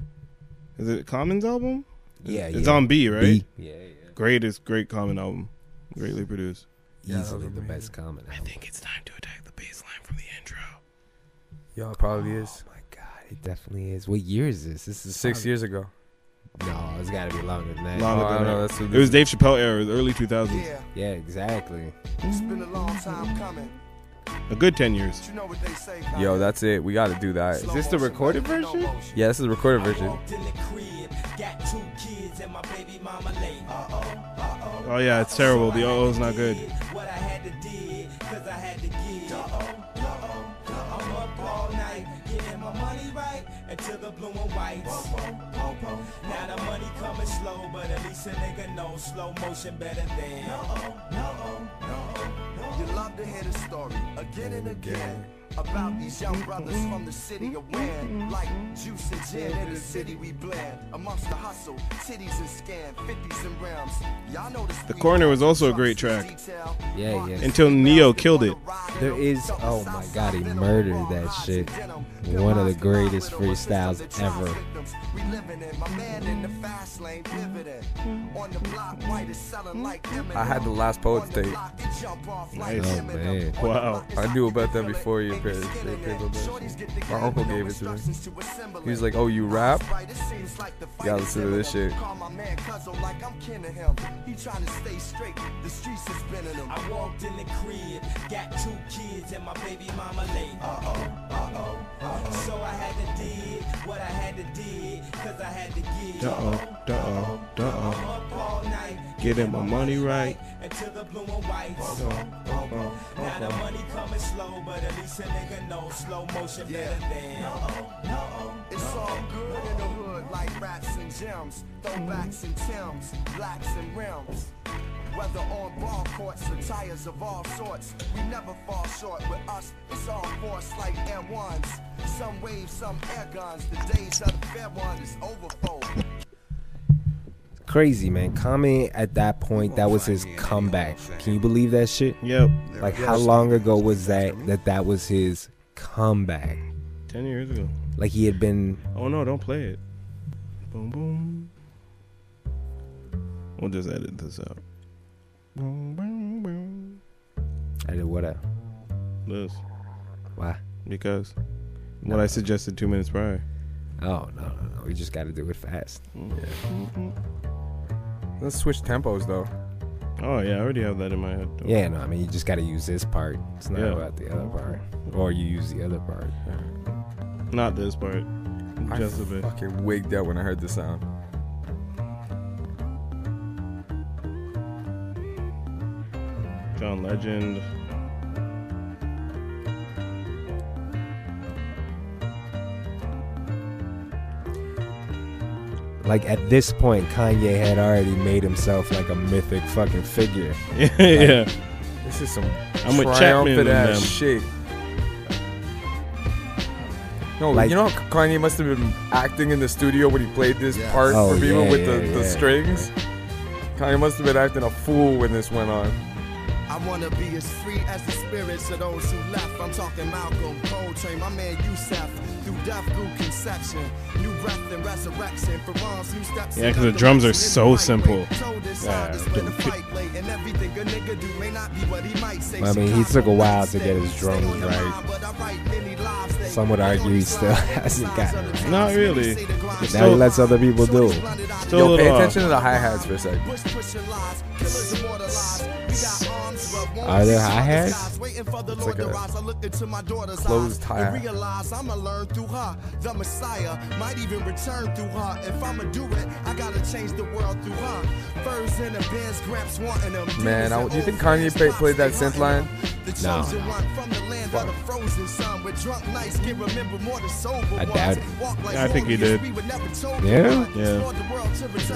is it Common's album?
Yeah,
it's
yeah.
on B, right?
B. Yeah,
Greatest, great Common album, greatly produced.
Yeah,
yeah.
that
Easily
was
the
amazing.
best comment. I think.
it's time to attack the baseline from the intro.
Yeah, it probably is.
Oh my god, it definitely is. What year is this? This is
Six years ago.
No, it's got to be longer than that.
Long-
Oh,
Longer
I
than
know,
that.
that's what
It was Dave Chappelle era, the early 2000s.
Yeah,
Yeah, exactly.
it's been a long time coming.
A good 10 years.
You know what they say.
Yo, that's it. We got to do that.
Is this the recorded version?
Yeah, this is the recorded version.
Walked in the crib, got two kids and my baby mama late. Uh-oh, uh-oh.
Oh yeah, it's terrible. The OO is not good.
What I had to did, cause I had to give. Uh-oh, uh-oh, uh-oh. I'm up all night, getting my money right until the blue and whites. Now the money coming slow, but at least a nigga knows slow motion better than. No-oh, no-oh, no-oh. You love to hear the story again and again. About these young brothers from the city of Wynn Like juice and gin in the city we blend Amongst the hustle, titties and scam, 50s and rims Y'all know
The
the
Corner was also a great track.
Yeah, yeah.
Until Neo killed it.
There is, oh my god, he murdered that shit. One of the greatest freestyles ever.
We living in my man in the fast lane pivoting. On the block, white is selling like Eminem.
I had the last
On
Poets
the
tape.
block, it jump off like
Nice.
Oh, man.
Eminem. On the
Wow.
block, it's
I
hot,
knew
you
about that
feel it,
before you
ain't no
paid-
skin
they
in
paid
it.
for that.
Shorties get the
My
game
uncle
with no
gave it to me.
instructions to assemble
He was
it.
like, "Oh, you rap?"
Right, it seems like the fight
gotta
is
listen to this
imminent.
shit.
Call my man cuz I'm like I'm kin to him. He tryna stay straight. The streets is spinning him. I walked in the crib, got two kids and my baby mama late. Uh-oh, uh-oh, uh-oh. So I had to did what I had to did, cause I had to give.
Uh-oh, uh-oh, uh-oh.
I'm up all night.
Getting my money right.
Until the blue and whites. Now the money coming slow, but at least a nigga knows slow motion better than. No-oh, no-oh. It's all good in the hood, like raps and gems, throwbacks and tims, blacks and rims. Whether on ball courts or tires of all sorts, we never fall short. With us, it's all force like air ones. Some waves, some air guns. The days of the fair one is over for.
Crazy, man. Comment at that point, that was his comeback. Can you believe that shit?
Yep.
Like, how long ago was that that that was his comeback?
10 years ago.
Like, he had been.
Oh no, don't play it. Boom boom. We'll just edit this out. Boom boom boom.
I did what? I-
This
Why?
because what I suggested two minutes prior.
Oh, no, no, no. We just got to do it fast.
Oh.
Let's switch tempos though.
Oh yeah, I already have that in my head.
Yeah, no, I mean, you just got to use this part. It's not
Yeah.
about the other part. Or you use the other part.
Not this part.
I
Just a bit.
fucking wigged out when I heard the sound.
John Legend.
Like, at this point, Kanye had already made himself like a mythic fucking figure.
yeah.
This is some
I'm with Chapman and
triumphant ass
them.
shit. No,
Like-
you know how Kanye must have been acting in the studio when he played this part
Oh,
for people
yeah,
with the,
yeah,
the
yeah.
strings. Kanye must have been acting a fool when this went on.
I wanna be as free as the spirits of those who left. I'm talking Malcolm, Coltrane, my man Youssef. Through death, through conception, new breath and resurrection. For wrongs, new steps.
Yeah,
and
'cause the drums are
direction.
so
Right way.
simple.
Told this
Yeah,
side it's been a
dude.
fight late, and everything a nigga do may not be what he might say.
I mean, he took a while to get his
Chicago
drums
stay on your
right.
mind, but I write many lives that-
Some would argue he still hasn't gotten it right.
Not really.
Now he lets other people do.
Still a
Yo,
little
pay
off.
attention to the hi hats for a sec.
Bush pushing lies, killers immortalized. We got arms, but
Are there hi hats?
It's like a closed tie.
I'ma learn through her. The Messiah might even return through her. If I'ma do it, I gotta change the world through her. Furs in the Benz, Gramps wanting them.
Man, I, do you think Kanye play, played that synth line?
Nah. I
I doubt it.
I think he did.
Yeah?
Yeah.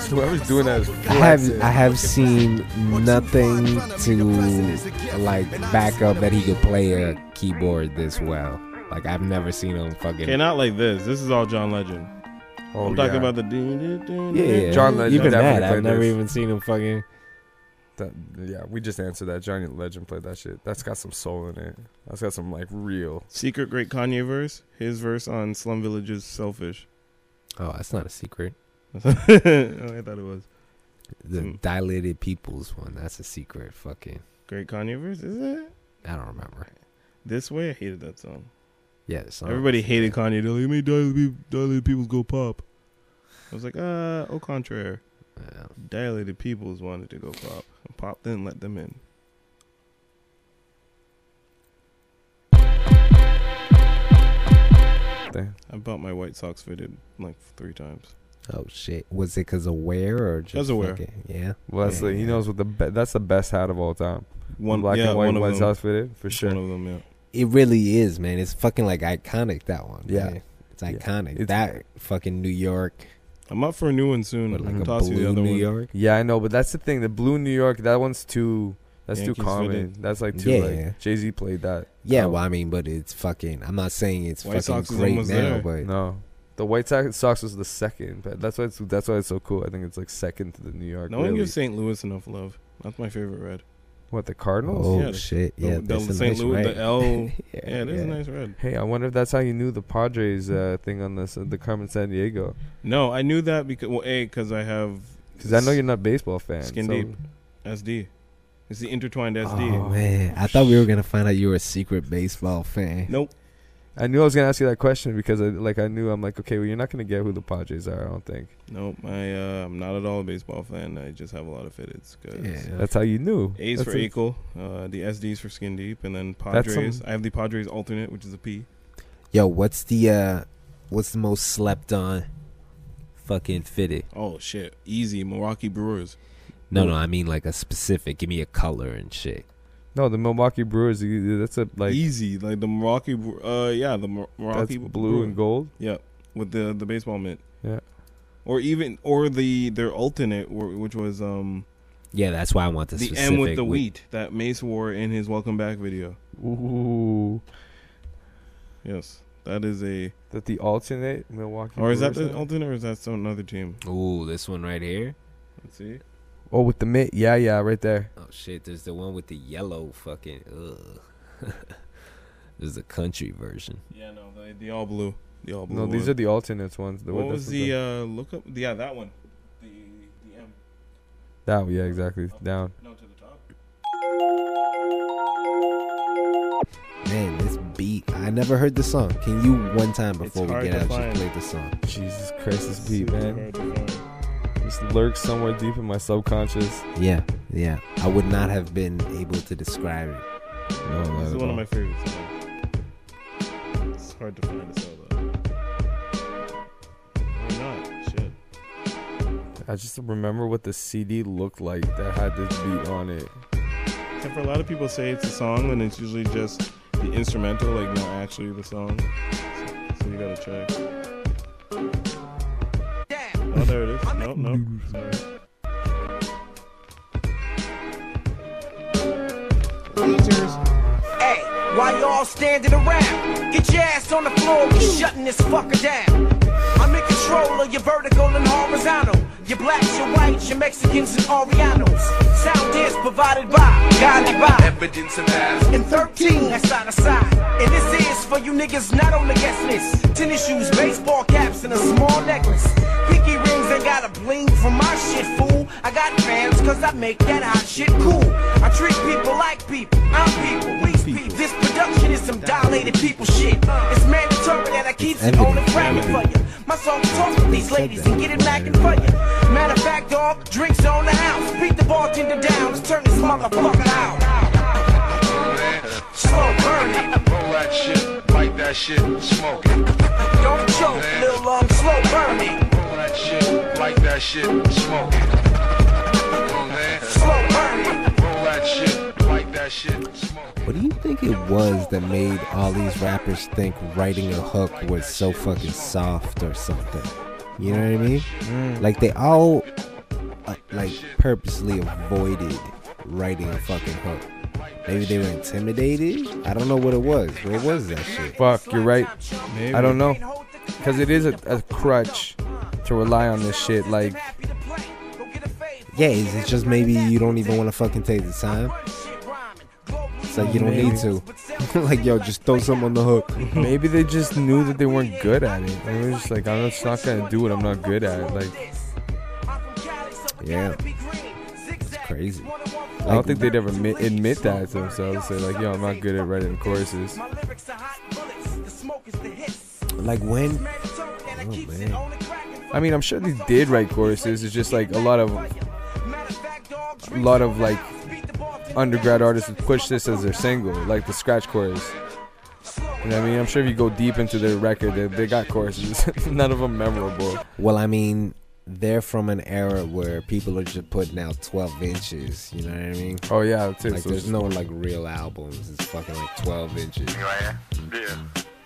Whoever's doing that is
I have I have seen nothing to like back up that he could play a keyboard this well. Like I've never seen him fucking.
Okay, not like this. This is all John Legend.
Oh,
I'm talking
yeah.
about the. doo- doo- doo-
yeah,
doo-
yeah,
John Legend
Even
definitely
that, I've
played
never
this.
even seen him fucking.
That, yeah, we just answered that. Johnny Legend played that shit. That's got some soul in it. That's got some like real.
Secret Great Kanye verse. His verse on Slum Village's Selfish.
Oh, that's not a secret.
Oh, I thought it was.
The
Hmm.
dilated peoples one. That's a secret. Fucking.
Great Kanye verse, is it?
I don't remember.
This way, I hated that song.
Yeah, the
Oh,
song.
Everybody hated Kanye. They're like, "Make dilated, dilated peoples go pop." I was like, "Uh, au contraire,
Yeah.
dilated peoples wanted to go pop. And pop didn't let them in."
Damn.
I bought my White Sox fitted like three times.
Oh shit! Was it because of wear or just?
Because of wear.
fucking- yeah.
Leslie, he knows what the be- that's the best hat of all time.
One
black
yeah,
and white
one of
White
them.
Sox fitted for
Just
sure.
One of them, yeah.
It really is, man. It's fucking like iconic that one.
Yeah.
man. It's
Yeah.
iconic.
It's-
that fucking New York,
I'm up for a new one soon.
with
I'm
like
gonna
a
toss you the
blue
other
New
one.
York.
Yeah, I know, but that's the thing. The blue New York, that one's too. That's
Yankees
too common.
fitted.
That's like too.
Yeah,
like
yeah.
Jay Z played that.
Yeah,
Oh.
well, I mean, but it's fucking. I'm not saying it's
White
fucking
Sox is
great now,
almost there.
but
No, the White Sox Sox was the second. But that's why it's that's why it's so cool. I think it's like second to the New York.
No one
really.
gives St. Louis enough love. That's my favorite red.
what the Cardinals?
oh
yeah, the-
shit,
the-
yeah,
the
that's a
St.
nice
Louis-
red.
the L- yeah,
yeah,
Yeah, it is a nice red.
Hey, I wonder if that's how you knew the Padres uh, thing on this uh, the Carmen San Diego.
No, I knew that because well, a because I have
Because I know you're not baseball fans.
Skin deep. SD. It's the intertwined SD.
Oh man, I thought we were gonna find out you were a secret baseball fan.
Nope.
I knew I was gonna ask you that question because I, like I knew I'm like okay, well you're not gonna get who the Padres are. I don't think
Nope. I uh, I'm not at all a baseball fan. I just have a lot of fitteds. Cause
Yeah.
that's how you knew.
A's
That's
for
a-
Akel, uh, the SDs for Skin Deep, and then
That's some-
Padres. I have the Padres alternate, which is a P.
Yo, what's the uh, what's the most slept on? Fucking fitted.
Oh shit, easy Milwaukee Brewers.
No,
Ooh.
no, I mean like a specific. Give me a color and shit.
No, the Milwaukee Brewers. you- That's a like
easy, like the Milwaukee. Bre- Uh, yeah, the Mil-
that's
Milwaukee
blue
Brewer.
and gold.
Yeah, with the the baseball mitt.
Yeah.
Or even or the their alternate, wh- which was um
Yeah, that's why I want the,
the
specific.
M with the wheat that Mace wore in his welcome back video.
Ooh,
Yes, that is a.
that the alternate Milwaukee.
Or is that
Brewers
the
are?
alternate, or is that some another team?
Ooh, this one right here.
Let's see.
Oh, with the mitt. Yeah, yeah, right there.
Oh shit, there's the one with the yellow fucking. Ugh. there's the country version.
Yeah, no, the, the all blue, the all blue.
No, these are the alternates ones. The,
what was the
Uh,
uh, look up? Yeah, that one. The the M.
down? Yeah, exactly. Down.
No, to the top.
Man, this beat. I never heard the song. Can you one time before we
hard
get
to
out
find.
just play the song?
Jesus Christ, this beat,
Super
man.
hard to find.
Just lurks somewhere deep in my subconscious.
Yeah, yeah. I would not have been able to describe it.
No, not
This is
at
one
all.
of my favorites. man. It's hard to find a solo. Or not? Shit.
I just remember what the CD looked like that had this beat on it.
Except for a lot of people say it's a song, and it's usually just the instrumental, like not actually the song. So you gotta check. Oh, there it is. No, no. Sorry.
Hey, why y'all standing around? Get your ass on the floor, we shutting this fucker down. I'm in control of your vertical and horizontal. Your blacks, your whites, your Mexicans, and Orientals. Sound is provided by Godly Bob.
Evidence of ass.
And 13, that's side to side. And this is for you niggas not on the guest list. Tennis shoes, baseball caps, and a small necklace. Pinky rings ain't got a bling from my shit, fool. I got fans cause I make that hot shit cool. I treat people like people. I'm people, we people. This production is some dilated people shit. It's mandatory that I keep it on the
evident.
ground for you. My song talks with these ladies and get it knocking for you. Matter of fact, dog, drinks on the house. Beat the bartender down, let's turn this motherfucker out.
Slow burning. Roll that shit, light that shit, smoke it. Don't choke, little lung, slow burning. Roll that shit, light that shit, smoke it. Roll that. Slow burning. Roll that shit, light that shit, smoke it.
What do you think it was that made all these rappers think writing a hook was so fucking soft or something? You know what I mean? Like they all uh, like purposely avoided writing a fucking hook. Maybe they were intimidated. I don't know what it was. What was that shit?
Fuck, you're right. I don't know. Because it is a, a crutch to rely on this shit. Like,
Yeah, is it just maybe you don't even want to fucking take the time? It's like you don't need to. like yo, just throw something on the hook.
maybe they just knew that they weren't good at it. They were just like, I'm just not going to do what I'm not good at. Like,
Yeah, it's crazy.
I don't think they'd ever admit, admit that to themselves. Say, like, yo, I'm not good at writing choruses.
Like when?
Oh, I mean, I'm sure they did write choruses. It's just like a lot of, a lot of like undergrad artists would push this as their single, like the scratch chorus. You know what I mean? I'm sure if you go deep into their record, they, they got choruses. None of them memorable.
Well, I mean, they're from an era where people are just putting out 12 inches. You know what I mean?
Oh yeah, too.
Like
so
there's no like real albums. It's fucking like 12 inches.
Yeah.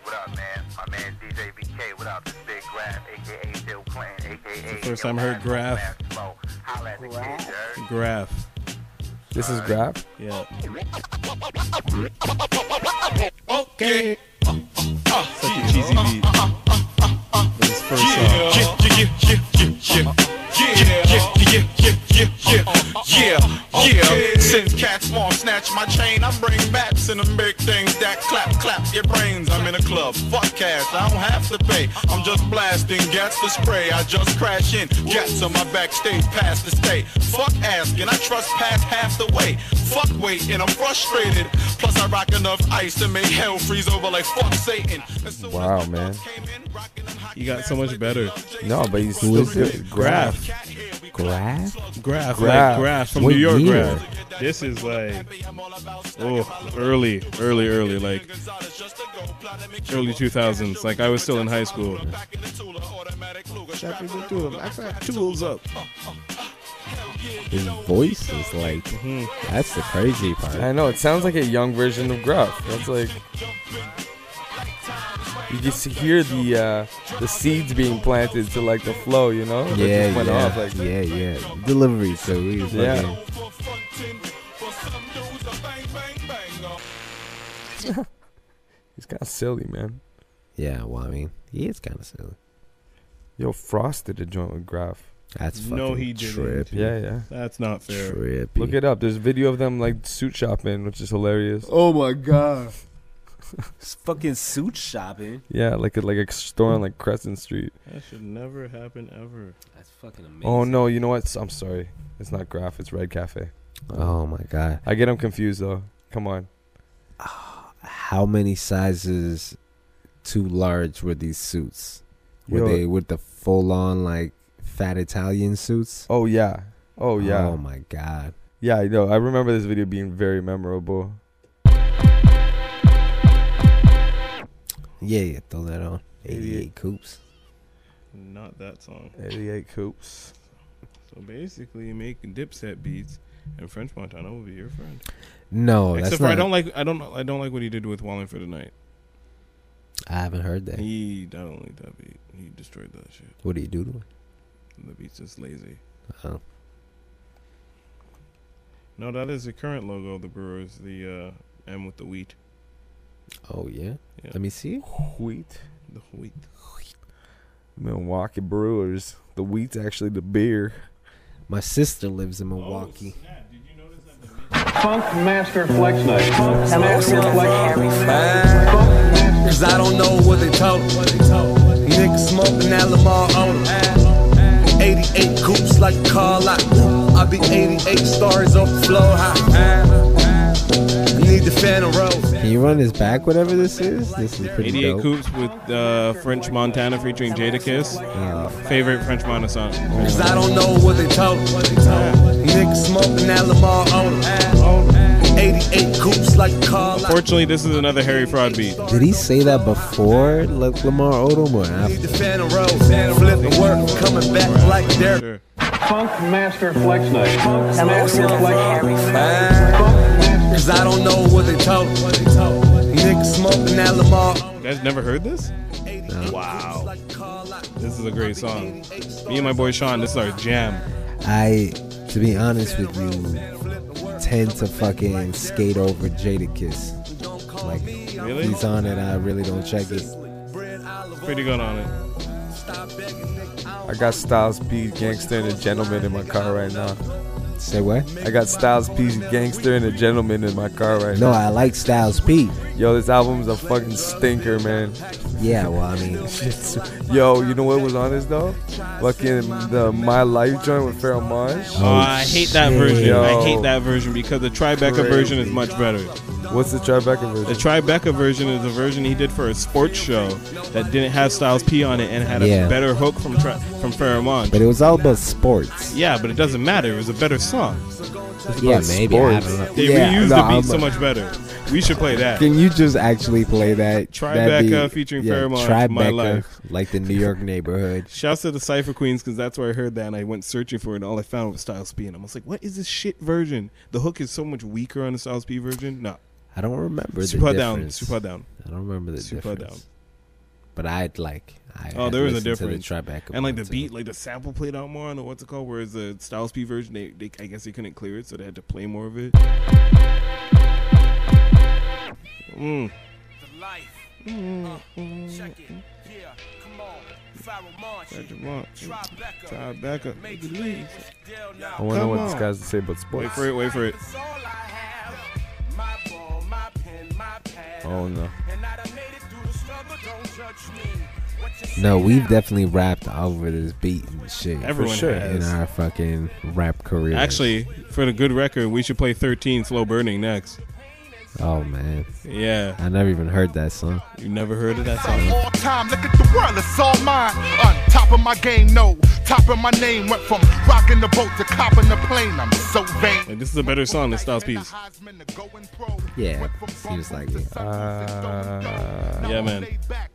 What up, man? My man DJ BK. What up, this big Grab, aka Bill Clinton, aka.
First time I heard Graph. Graph.
this is grab.
Yeah. Okay. Such a cheesy beat. But his first song.
Since
Cats won't snatch my chain. I bring bats and them big things that clap, clap your brains. I'm in a club, fuck cash, I don't have to pay. I'm just blasting gats to spray. I just crash in, gats on my backstage pass to stay. Fuck asking, I trespass half the way. Fuck waiting, I'm frustrated. Plus I rock enough ice to make hell freeze over like fuck Satan. As soon as
Wow,
the
man.
dogs came in, rocking them hockey
He got so
masks
much
like the
better.
LJ
No, but he's
Who
still
is
good.
it? Graph.
Cat here, we
Graph?
Graph,
Graph.
like Graph from
What
New York.
year?
Graph. This is like oh, early, early, early, like early 2000s. Like I was still in high school. Tools up.
His voice is like, that's the crazy part.
I know it sounds like a young version of Gruff. That's like you just hear the uh, the seeds being planted to like the flow, you know? That
Yeah,
just went
yeah,
off, like-
yeah, yeah. Delivery, so we was
Yeah.
fucking-
He's kind of silly, man.
yeah. Well, I mean, he is kind of silly.
Yo, Frost did a joint with Graf.
That's fucking
No, he didn't.
trippy.
Yeah, yeah.
That's not fair.
trippy.
Look it up. There's a video of them like suit shopping, which is hilarious.
oh my god.
fucking suit shopping.
Yeah, like a, like a store on like Crescent Street.
That should never happen ever.
That's fucking amazing.
Oh no, you know what? I'm sorry. It's not Graf. It's Red Cafe.
Oh my god.
I get them confused though. Come on.
How many sizes too large were these suits? Were
Yo.
they with the full on like fat Italian suits?
Oh yeah. Oh yeah.
Oh my god.
Yeah, I know. I remember this video being very memorable.
Yeah, yeah. Throw that on. 88
88.
coops.
Not that song.
88 Coops.
So basically, you make Dipset beats, and French Montana will be your friend.
No,
Except
Oh, that's
for
not.
I don't like I don't I don't like what he did with Wallin for tonight.
I haven't heard that.
He I don't like that beat. He destroyed that shit.
What do you do to it?
The beat's just lazy.
Oh.
No, that is the current logo of the Brewers. The uh, M with the wheat.
Oh yeah.
Yeah.
Let me see.
Wheat.
The wheat.
Milwaukee Brewers. The wheat's actually the beer.
My sister lives in Milwaukee.
Oh,
Funk Master Flex Night. Funk Master Flex
Cause I don't know what they told me. Niggas smoking that Lamar on 88 coops like a car lot. I be 88 stories off the floor high. Need the phantom rose.
Can you run this back? Whatever this is. This is pretty
88
dope.
Coops with uh, French Montana featuring Jadakiss.
Yeah.
Favorite French Montana song.
Cause I don't know what they told me. Niggas smoking that Lamar on 88 oh. coops like a car lot.
Fortunately, this is another Harry Fraud beat.
Did he say that before like Lamar Odom or after?
The fan and roll, fan flip and work, coming back like Derek.
Funk Master Flex Night. Funk Master Flex Night.
Ah, Cause I don't know what they told. Niggas smoking that Lamar.
You guys never heard this? Wow. This is a great song. Me and my boy Sean, this is our jam.
I, to be honest with you, tend to fucking skate over Jadakiss. Like
Really?
he's on it, I really don't check it.
It's pretty good on it.
I got Styles P, Gangster, and a Gentleman in my car right now.
Say what?
I got Styles P, Gangster, and a Gentleman in my car right
No, I like Styles P.
now. Yo, this album's a fucking stinker, man.
Yeah, well, I mean,
Yo, you know what was on this though? Fucking the My Life joint with Pharrell Monch.
Oh, I hate that
shit.
version. I
Yo.
hate that version because the Tribeca version is much better.
What's the Tribeca
The
version?
Tribeca version is a version he did for a sports show that didn't have Styles P on it and had
Yeah.
a better hook from tri- from Pheromone.
but it was all about sports.
Yeah, but it doesn't matter. It was a better song.
Yeah,
about
maybe. I
sports.
don't know.
They
yeah,
reused
no,
the
I'm-
beat so much better. We should play that.
Can you just actually play that? that
Tribeca
beat?
featuring
yeah,
Pharrell Monch,
Tribeca,
My Life.
like the New York neighborhood.
Shouts to the Cypher Queens because that's where I heard that and I went searching for it and all I found was Styles P and I was like, what is this shit version? The hook is so much weaker on the Styles P version. No.
I don't remember
Super
the
down.
difference.
Super down.
I don't remember the
Super
difference.
down.
But I'd like. I
Oh,
had
there was a
listened to
difference.
The Tribeca
And like the
one, too.
beat, like the sample played out more on the what's it called, whereas the Styles P version, they, they I guess they couldn't clear it, so they had to play more of it. Mm. Patrick Monk, Tribeca, make the leagues.
I wonder
Come
what this
on.
guy's to say about sports.
Wait for it, wait for it.
Oh no.
No, we've definitely rapped over this beat and shit.
Everyone
sure.
in
has.
our fucking rap career.
Actually, for the good record, we should play 13 Slow Burning next.
oh man,
Yeah.
I never even heard that song.
You never heard of that
Some
song?
more time, look at the world, it's all mine. On top of my game, no. Top of my name went from rocking the boat to copping the plane. I'm so vain.
Like this is a better song than Styles P's.
Yeah, seems like it.
Uh,
Yeah, man.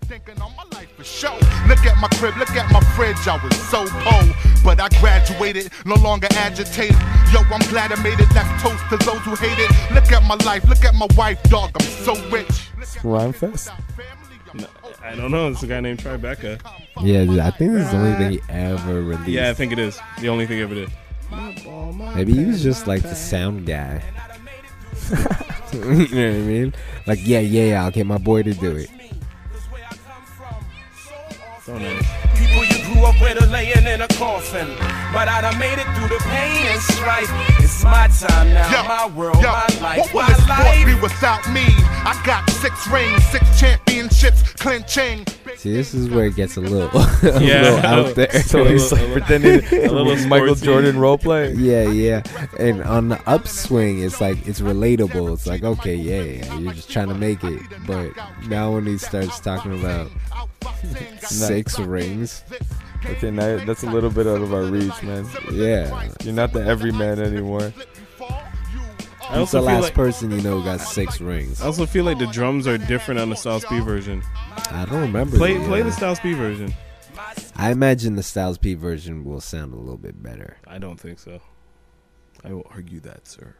Look at my crib, look at my fridge. I was so poor, but I graduated, no longer agitated. Yo, I'm glad I made it. Left toast to those who hate it. Look at my life, look at my wife, dog. I'm so rich.
Rhyme fest?
No, I don't know. It's a guy named Tribeca.
Yeah, dude, I think this is the only thing he ever released.
Yeah, I think it is. The only thing ever did.
Maybe he was just like the sound guy. you know what I mean? Like, yeah, yeah, yeah, I'll get my boy to do it.
So nice.
People you grew up with are laying in a coffin. But I done made it through the pain and strife. It's my time now,
Yo,
my world,
yo,
my life,
What would
my
this sport be
life.
without me? I got six rings, six championships, clinching.
See, this is where it gets a little, a
Yeah.
little out there.
A
So
little-
he's like
a little-
pretending
little
Michael
sportsy.
Jordan roleplay.
Yeah, yeah. And on the upswing, it's like it's relatable. It's like okay, yeah, yeah, you're just trying to make it. But now when he starts talking about six rings,
Okay, now that's a little bit out of our reach, man.
yeah,
You're not the everyman anymore.
I
he's
also
the
feel
last
like
person you know who got six rings.
I also feel like the drums are different on the Styles P version.
I don't remember.
Play
the,
play the
uh,
Styles P version.
I imagine the Styles P version will sound a little bit better.
I don't think so. I will argue that, sir.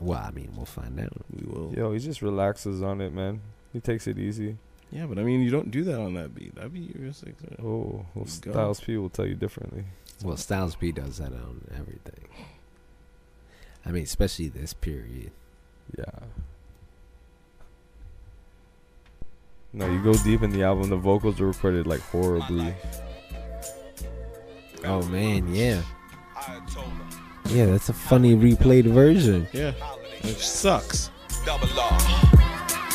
Well, I mean, we'll find out.
We will.
Yo, he just relaxes on it, man. He takes it easy.
Yeah, but I mean, you don't do that on that beat. That beat you're six.
Oh,
Go.
well, Styles P will tell you differently.
Well, Styles P does that on everything. I mean, especially this period.
Yeah. No, you go deep in the album. The vocals are recorded like horribly.
Oh man, yeah, yeah. That's a funny replayed version.
Yeah, which sucks.
Double R.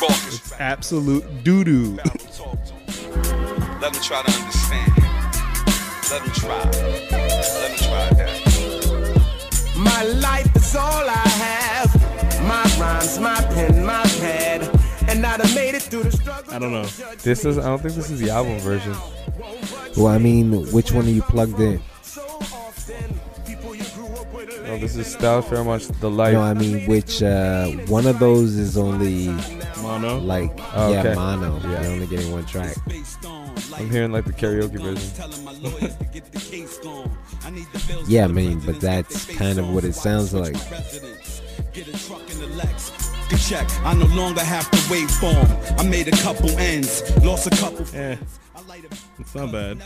It's absolute doo doo.
Let them try to understand. Let them try. Let them try that.
My life is all I have. My rhymes, my pen, my pad. And I done made it through the struggle.
I don't know.
This is. I don't think this is the album version.
Well, I mean, which one are you plugged in?
So often, people you grew up with are
Oh, This is Style Fairmont's The Life.
No, I mean, which uh, one of those is only
Mono?
Like
Oh,
yeah,
okay.
mono. They're only getting one track.
I'm hearing like the karaoke version.
Yeah, I mean, but that's kind of what it sounds like.
Good check. I no longer have to wait for 'em. I made a couple ends, lost a couple.
Yeah. Eh. It's not bad.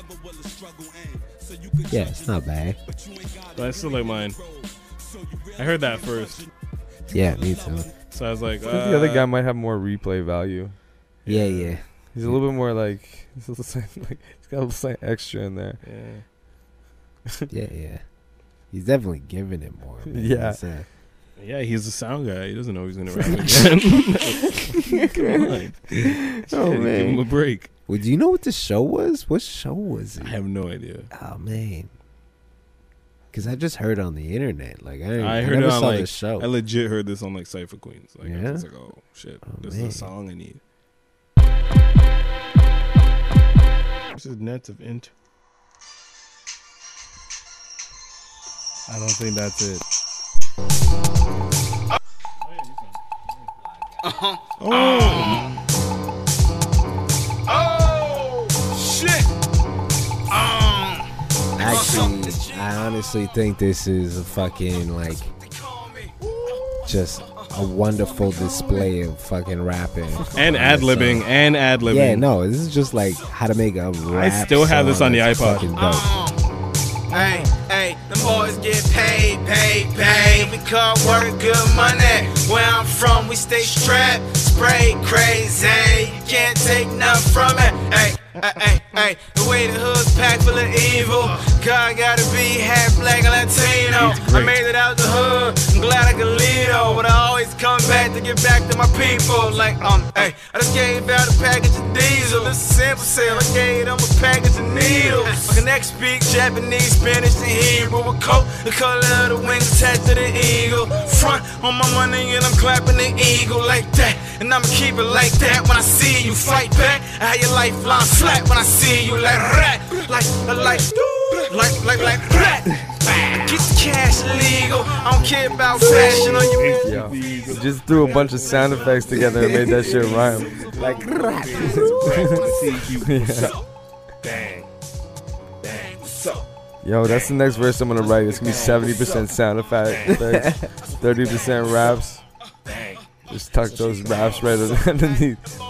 Yeah, it's not bad.
But I still like mine. I heard that first.
Yeah, me too.
So I was like,
I think the other
uh,
guy might have more replay value.
Yeah, yeah.
He's a little bit more like he's a little something like he's got a little something extra in there.
uh, Yeah.
Yeah, yeah. He's definitely giving it more. man.
Yeah.
It's, uh,
Yeah, he's a sound guy. He doesn't know he's gonna rap again. Come on.
Oh,
Shit, Give him a break.
uh, Well, do you know what the show was? What show was
I
it?
have no idea.
Oh man, because I just heard on the internet. Like I,
I
I
heard
never
it on
saw
like
the show.
I legit heard this on like Cypher Queens. Like I
Yeah?
was like, oh shit,
Oh,
this
man.
is a song I need. This is Nets of Int. I don't think that's it.
Oh, shit. Um,
Actually, I honestly think this is a fucking like just a wonderful display of fucking rapping
And ad libbing, and ad libbing.
Oh, uh, Yeah, no, this is just like how to make a rap.
still have this
song
on the
that's
iPod.
fucking dope.
Hey, hey, them boys get paid, paid, paid. We come work good money. Where I'm from, we stay strapped, spray crazy. Can't take nothing from it. Hey, hey, hey, hey. The way the hood's packed full of evil. God gotta be half black and Latino. I made it out the hood. I'm glad I could lead though, but I always come back to get back to my people. Like, um, hey, I just gave out a package of diesel. This is sample sale. I gave them a package of needles. I can next speak Japanese, Spanish, and Hebrew. A coat, the color of the wings attached to the eagle. Front on my money, and I'm clapping the eagle like that. And I'ma keep it like that when I see you fight back. I had your lifeline flat when I see you like rat. Like, like, like, like, like rat. Get the cash legal. I don't care about fashion or you.
Yeah. Just threw a bunch of sound effects together and made that shit rhyme.
Like rap.
Yo, that's the next verse I'm gonna write. It's gonna be seventy percent sound effect- effects, thirty percent raps. Just tuck those raps right underneath.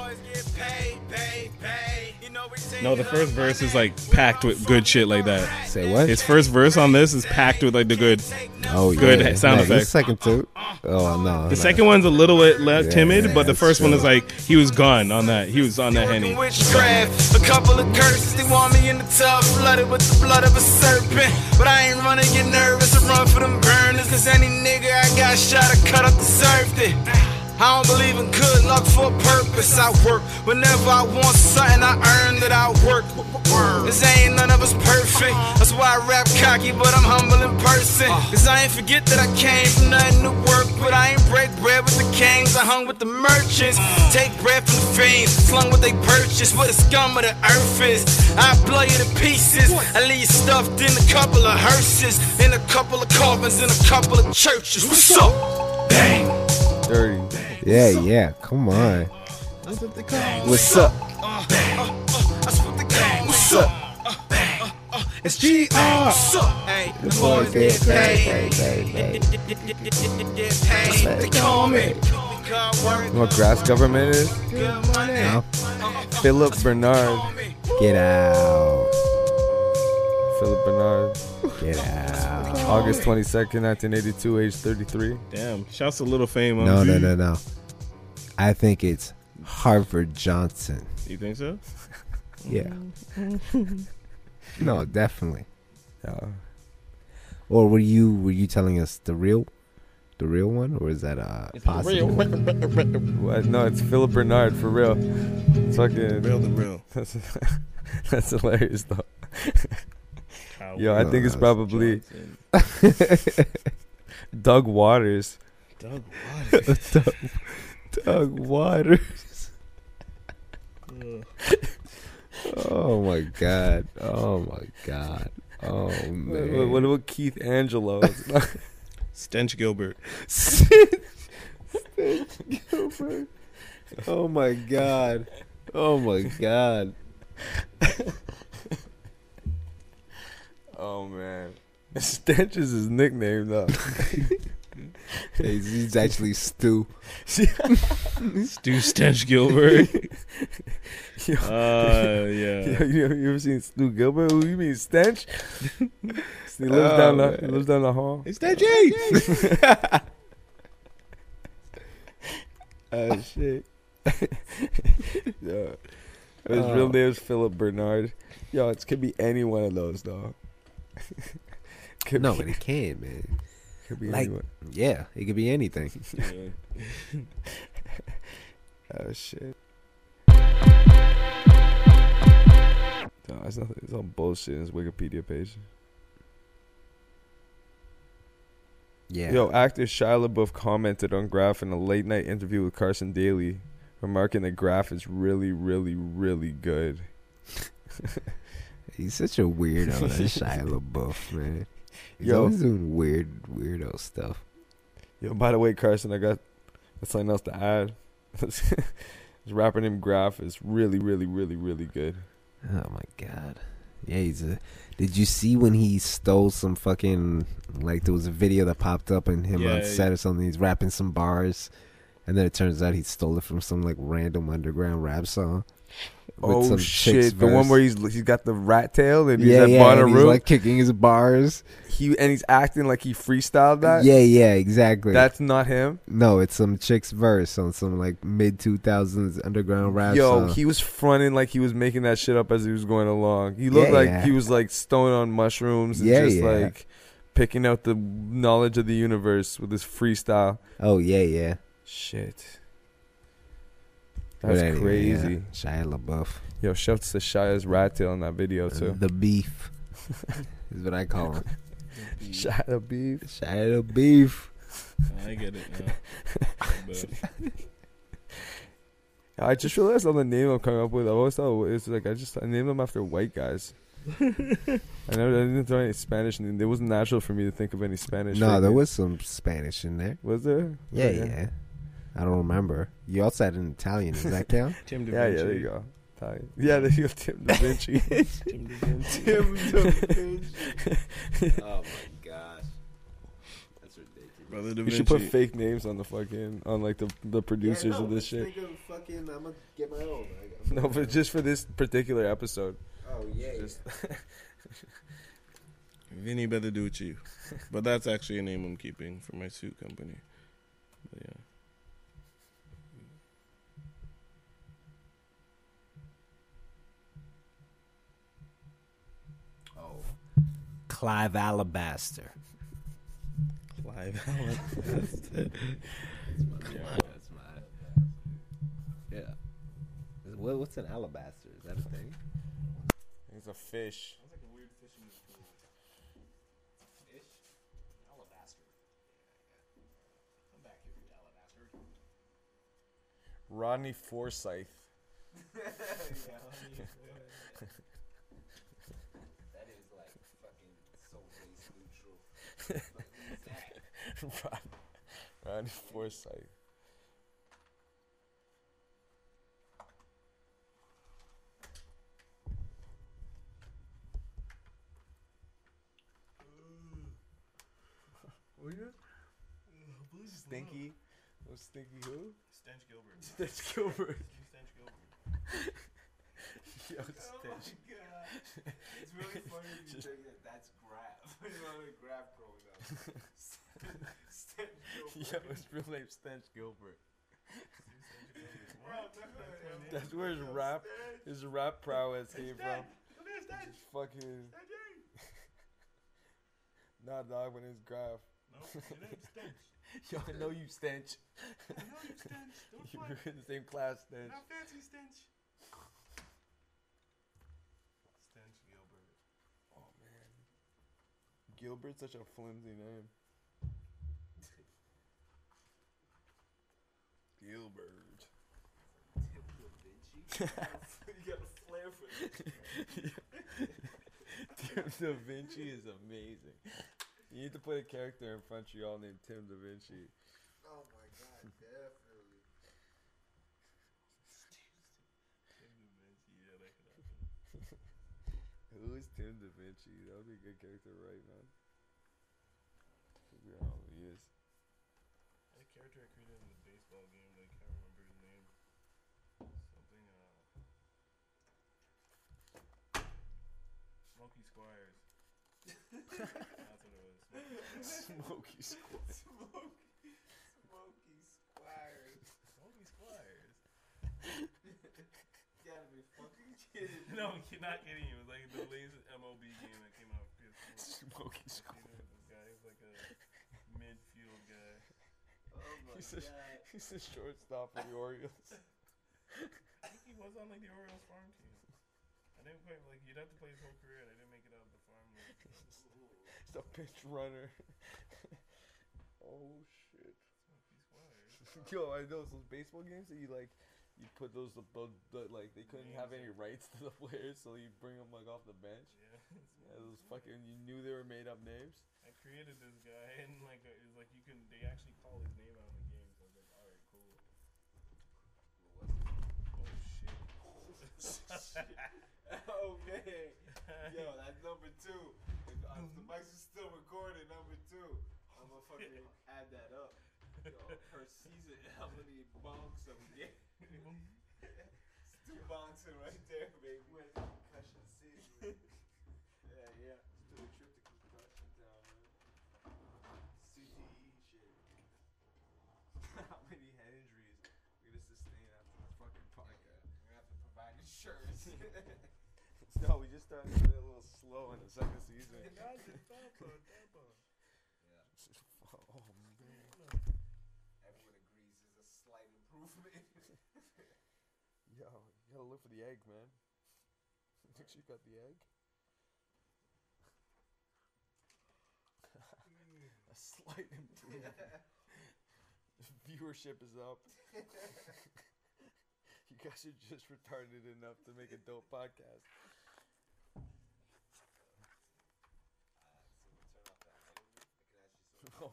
No, the first verse is like packed with good shit like that.
Say what?
His first verse on this is packed with like the good.
oh
good
yeah.
sound
no, the
effects.
second two. Oh no.
The second one's a little bit le-
Yeah,
timid,
yeah,
but the
that's
first one
true.
is like he was gone on that. He was on that henny.
Working witchcraft, a couple of curses. They want me in the tub, flooded with the blood of a serpent. But I ain't running, get nervous, I run for them burners. Cause any nigga I got shot, I cut up deserved it. I don't believe in good luck for a purpose. I work whenever I want something, I earn that I work. This ain't none of us perfect. That's why I rap cocky, but I'm humble in person. Cause I ain't forget that I came from nothing to work, but I ain't break bread with the kings. I hung with the merchants. Take bread from the fiends, flung what they purchased, what the scum of the earth is. I blow you to pieces. I leave you stuffed in a couple of hearses, in a couple of coffins, in a couple of churches. What's up? Bang.
Dirty.
Yeah, yeah. Come on. What's up?
That's what they call. What's up? It's GR. What's up? Hey, the boys get paid. Get paid. They call me.
You know what grass government is?
Good money.
No.
Philip Bernard.
Get out.
Philip Bernard.
Get out.
August 22nd, 1982, age 33.
Damn! Shouts to Little Fame.
No,
OG.
no, no, no. I think it's Harvard Johnson.
You think so?
Yeah. no, definitely.
Yeah.
Or were you were you telling us the real, the real one, or is that a possible? one?
What? No, it's Philip Bernard for real. It's fucking.
Real the real.
That's, that's hilarious though.
Cow.
Yo, I think it's
Johnson.
probably Doug Waters.
Doug Waters.
Doug Waters.
Oh my god! Oh my god! Oh man!
What, what about Keith Angelo?
Stench Gilbert.
Gilbert. Oh my god. Oh my god.
Oh man, Stench is his nickname though.
He's, he's actually Stu.
Stu Stench Gilbert.
Yo,
Uh,
yo,
yeah.
you, ever- you ever seen Stu Gilbert? Who you mean Stench? he lives
Oh,
down the he
man.
lives down the hall.
It's that Jay.
Oh shit. yeah. His real
Oh.
name is Philip Bernard. Yo, it could be any one of those though. could
No,
be,
but it can, man.
could be
like-
anyone.
Yeah, it could be anything.
Oh shit. No, it's nothing. It's all bullshit. in His Wikipedia page.
Yeah.
Yo, actor Shia LaBeouf commented on Graf in a late night interview with Carson Daly, remarking that Graf is really, really, really good.
He's such a weirdo, that Shia LaBeouf, man. He's
Yo.
always doing weird, weirdo stuff.
Yo, by the way, Carson, I got something else to add. this rapper named Graf is really, really, really, really good.
Oh my god. Yeah, he's a. Did you see when he stole some fucking like there was a video that popped up and him
Yeah,
on set or something? He's rapping some bars, and then it turns out he stole it from some like random underground rap song. with
oh
some chick's
shit! The one
verse.
where he's he's got the rat tail and he's
yeah,
at
yeah, and he's
Bonnaroo.
like kicking his bars.
he and he's acting like he freestyled that.
yeah, yeah, exactly.
that's not him.
no, it's some chick's verse on some like mid two thousands underground rap
Yo,
song.
he was fronting like he was making that shit up as he was going along. He looked
Yeah,
like
yeah.
he was like stoned on mushrooms and
Yeah,
just
yeah.
like picking out the knowledge of the universe with his freestyle.
oh yeah, yeah.
Shit.
But
That's
anyway, yeah,
crazy.
Shia LaBeouf,
Yo, shouts to Shia's rat tail in that video too.
the beef is what I call him.
Shia beef.
Shia LaBeef.
I get it now.
I just realized on the name I'm coming up with, I always thought it was like I just I named them after white guys. I never I didn't throw any Spanish, and it wasn't natural for me to think of any Spanish.
No, there
nicknames.
was some Spanish in there.
Was there?
Yeah, yeah. I don't remember. You also had an Italian. Does that count?
Tim Da
Yeah, yeah, there you go. Italian. Yeah, there you go, Tim Da Vinci.
Tim Da Vinci.
oh my gosh, that's ridiculous.
Brother Da
you should put fake names on the fucking on like the the producers of this shit.
Fucking, I'm gonna get my own.
No, but just for this particular episode.
oh yeah.
Just,
Vinny Belladucci. But that's actually a name I'm keeping for my suit company. But yeah.
Oh. Clive Alabaster.
Clive
That's my. Yeah. What, what's an alabaster? Is that a thing?
it's a fish. Rodney Forsyth. Rod- Rodney Forsyth.
Uh,
Stinky. Oh, Stinky who? Stench Gilbert. Stench Gilbert. Yo, Stench.
Oh It's really funny if you think that that's graph. you know, like graph growing up. Stench
Yo, his real name Stench Gilbert. That's where his rap, his rap prowess came from. Just fucking. Nah, dog, when it's graph. Yo, I know you stench. You were in the same class, stench.
fancy stench. Stench Gilbert.
Oh man, Gilbert's such a flimsy name. Gilbert.
You got a flair for this.
Tim Da Vinci is amazing. You need to put a character in front of you all named Tim Da Vinci.
Oh my god, definitely.
Who is Tim Da Vinci? That would be a good character, right, man? We don't know who he is.
A character I created in the baseball game, but I can't remember his name. Something, uh. Smokey Squires. That's what it was.
Smokey Squires.
Smokey,
Smokey Squires.
Smokey Squires.
You gotta be fucking kidding. me.
No, I'm not kidding you. It was like the latest MLB game that came out. for PS4.
Smokey
I've seen it with This guy He's like a midfield guy.
Oh my
He's
god.
a, he's a shortstop for the Orioles.
I think he was on like the Orioles farm team. I didn't quite like. You'd have to play his whole career, and I didn't make it out of the farm. league.
He's a pitch runner. oh, shit.
Smokey Squires.
Yo, I know those baseball games that you like, you put those above the like they couldn't have any rights to the players, so you bring them like off the bench.
Yeah.
Yeah, those fucking you knew they were made up names.
I created this guy, and like it was like you can. They actually call his name out in the game. So I was like, all right, cool.
okay. Yo, that's number two. If, uh, if the mics are still recording, number two. I'm gonna fucking add that up. Yo, per season, how many bonks I'm getting? it's two bonksing right there, baby. Went to concussion season. Yeah, yeah. Let's do a trip to concussion town, man. CTE E shit. how many head injuries we gonna sustain after the fucking podcast? We're gonna have to provide insurance.
No, we just started doing it a little slow in the second season.
yeah.
oh man.
Everyone agrees is a slight improvement.
Yo, you gotta look for the egg, man. Think she got the egg? A slight improvement. Viewership is up. you guys are just retarded enough to make a dope podcast.
Uh, so we turn off that light. I can actually sort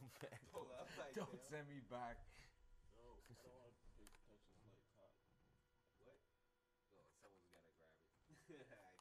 of
Oh man.
pull up like
Don't
that.
send me back.
No, I don't want to touch this light hot. What? No, someone's gotta grab it. I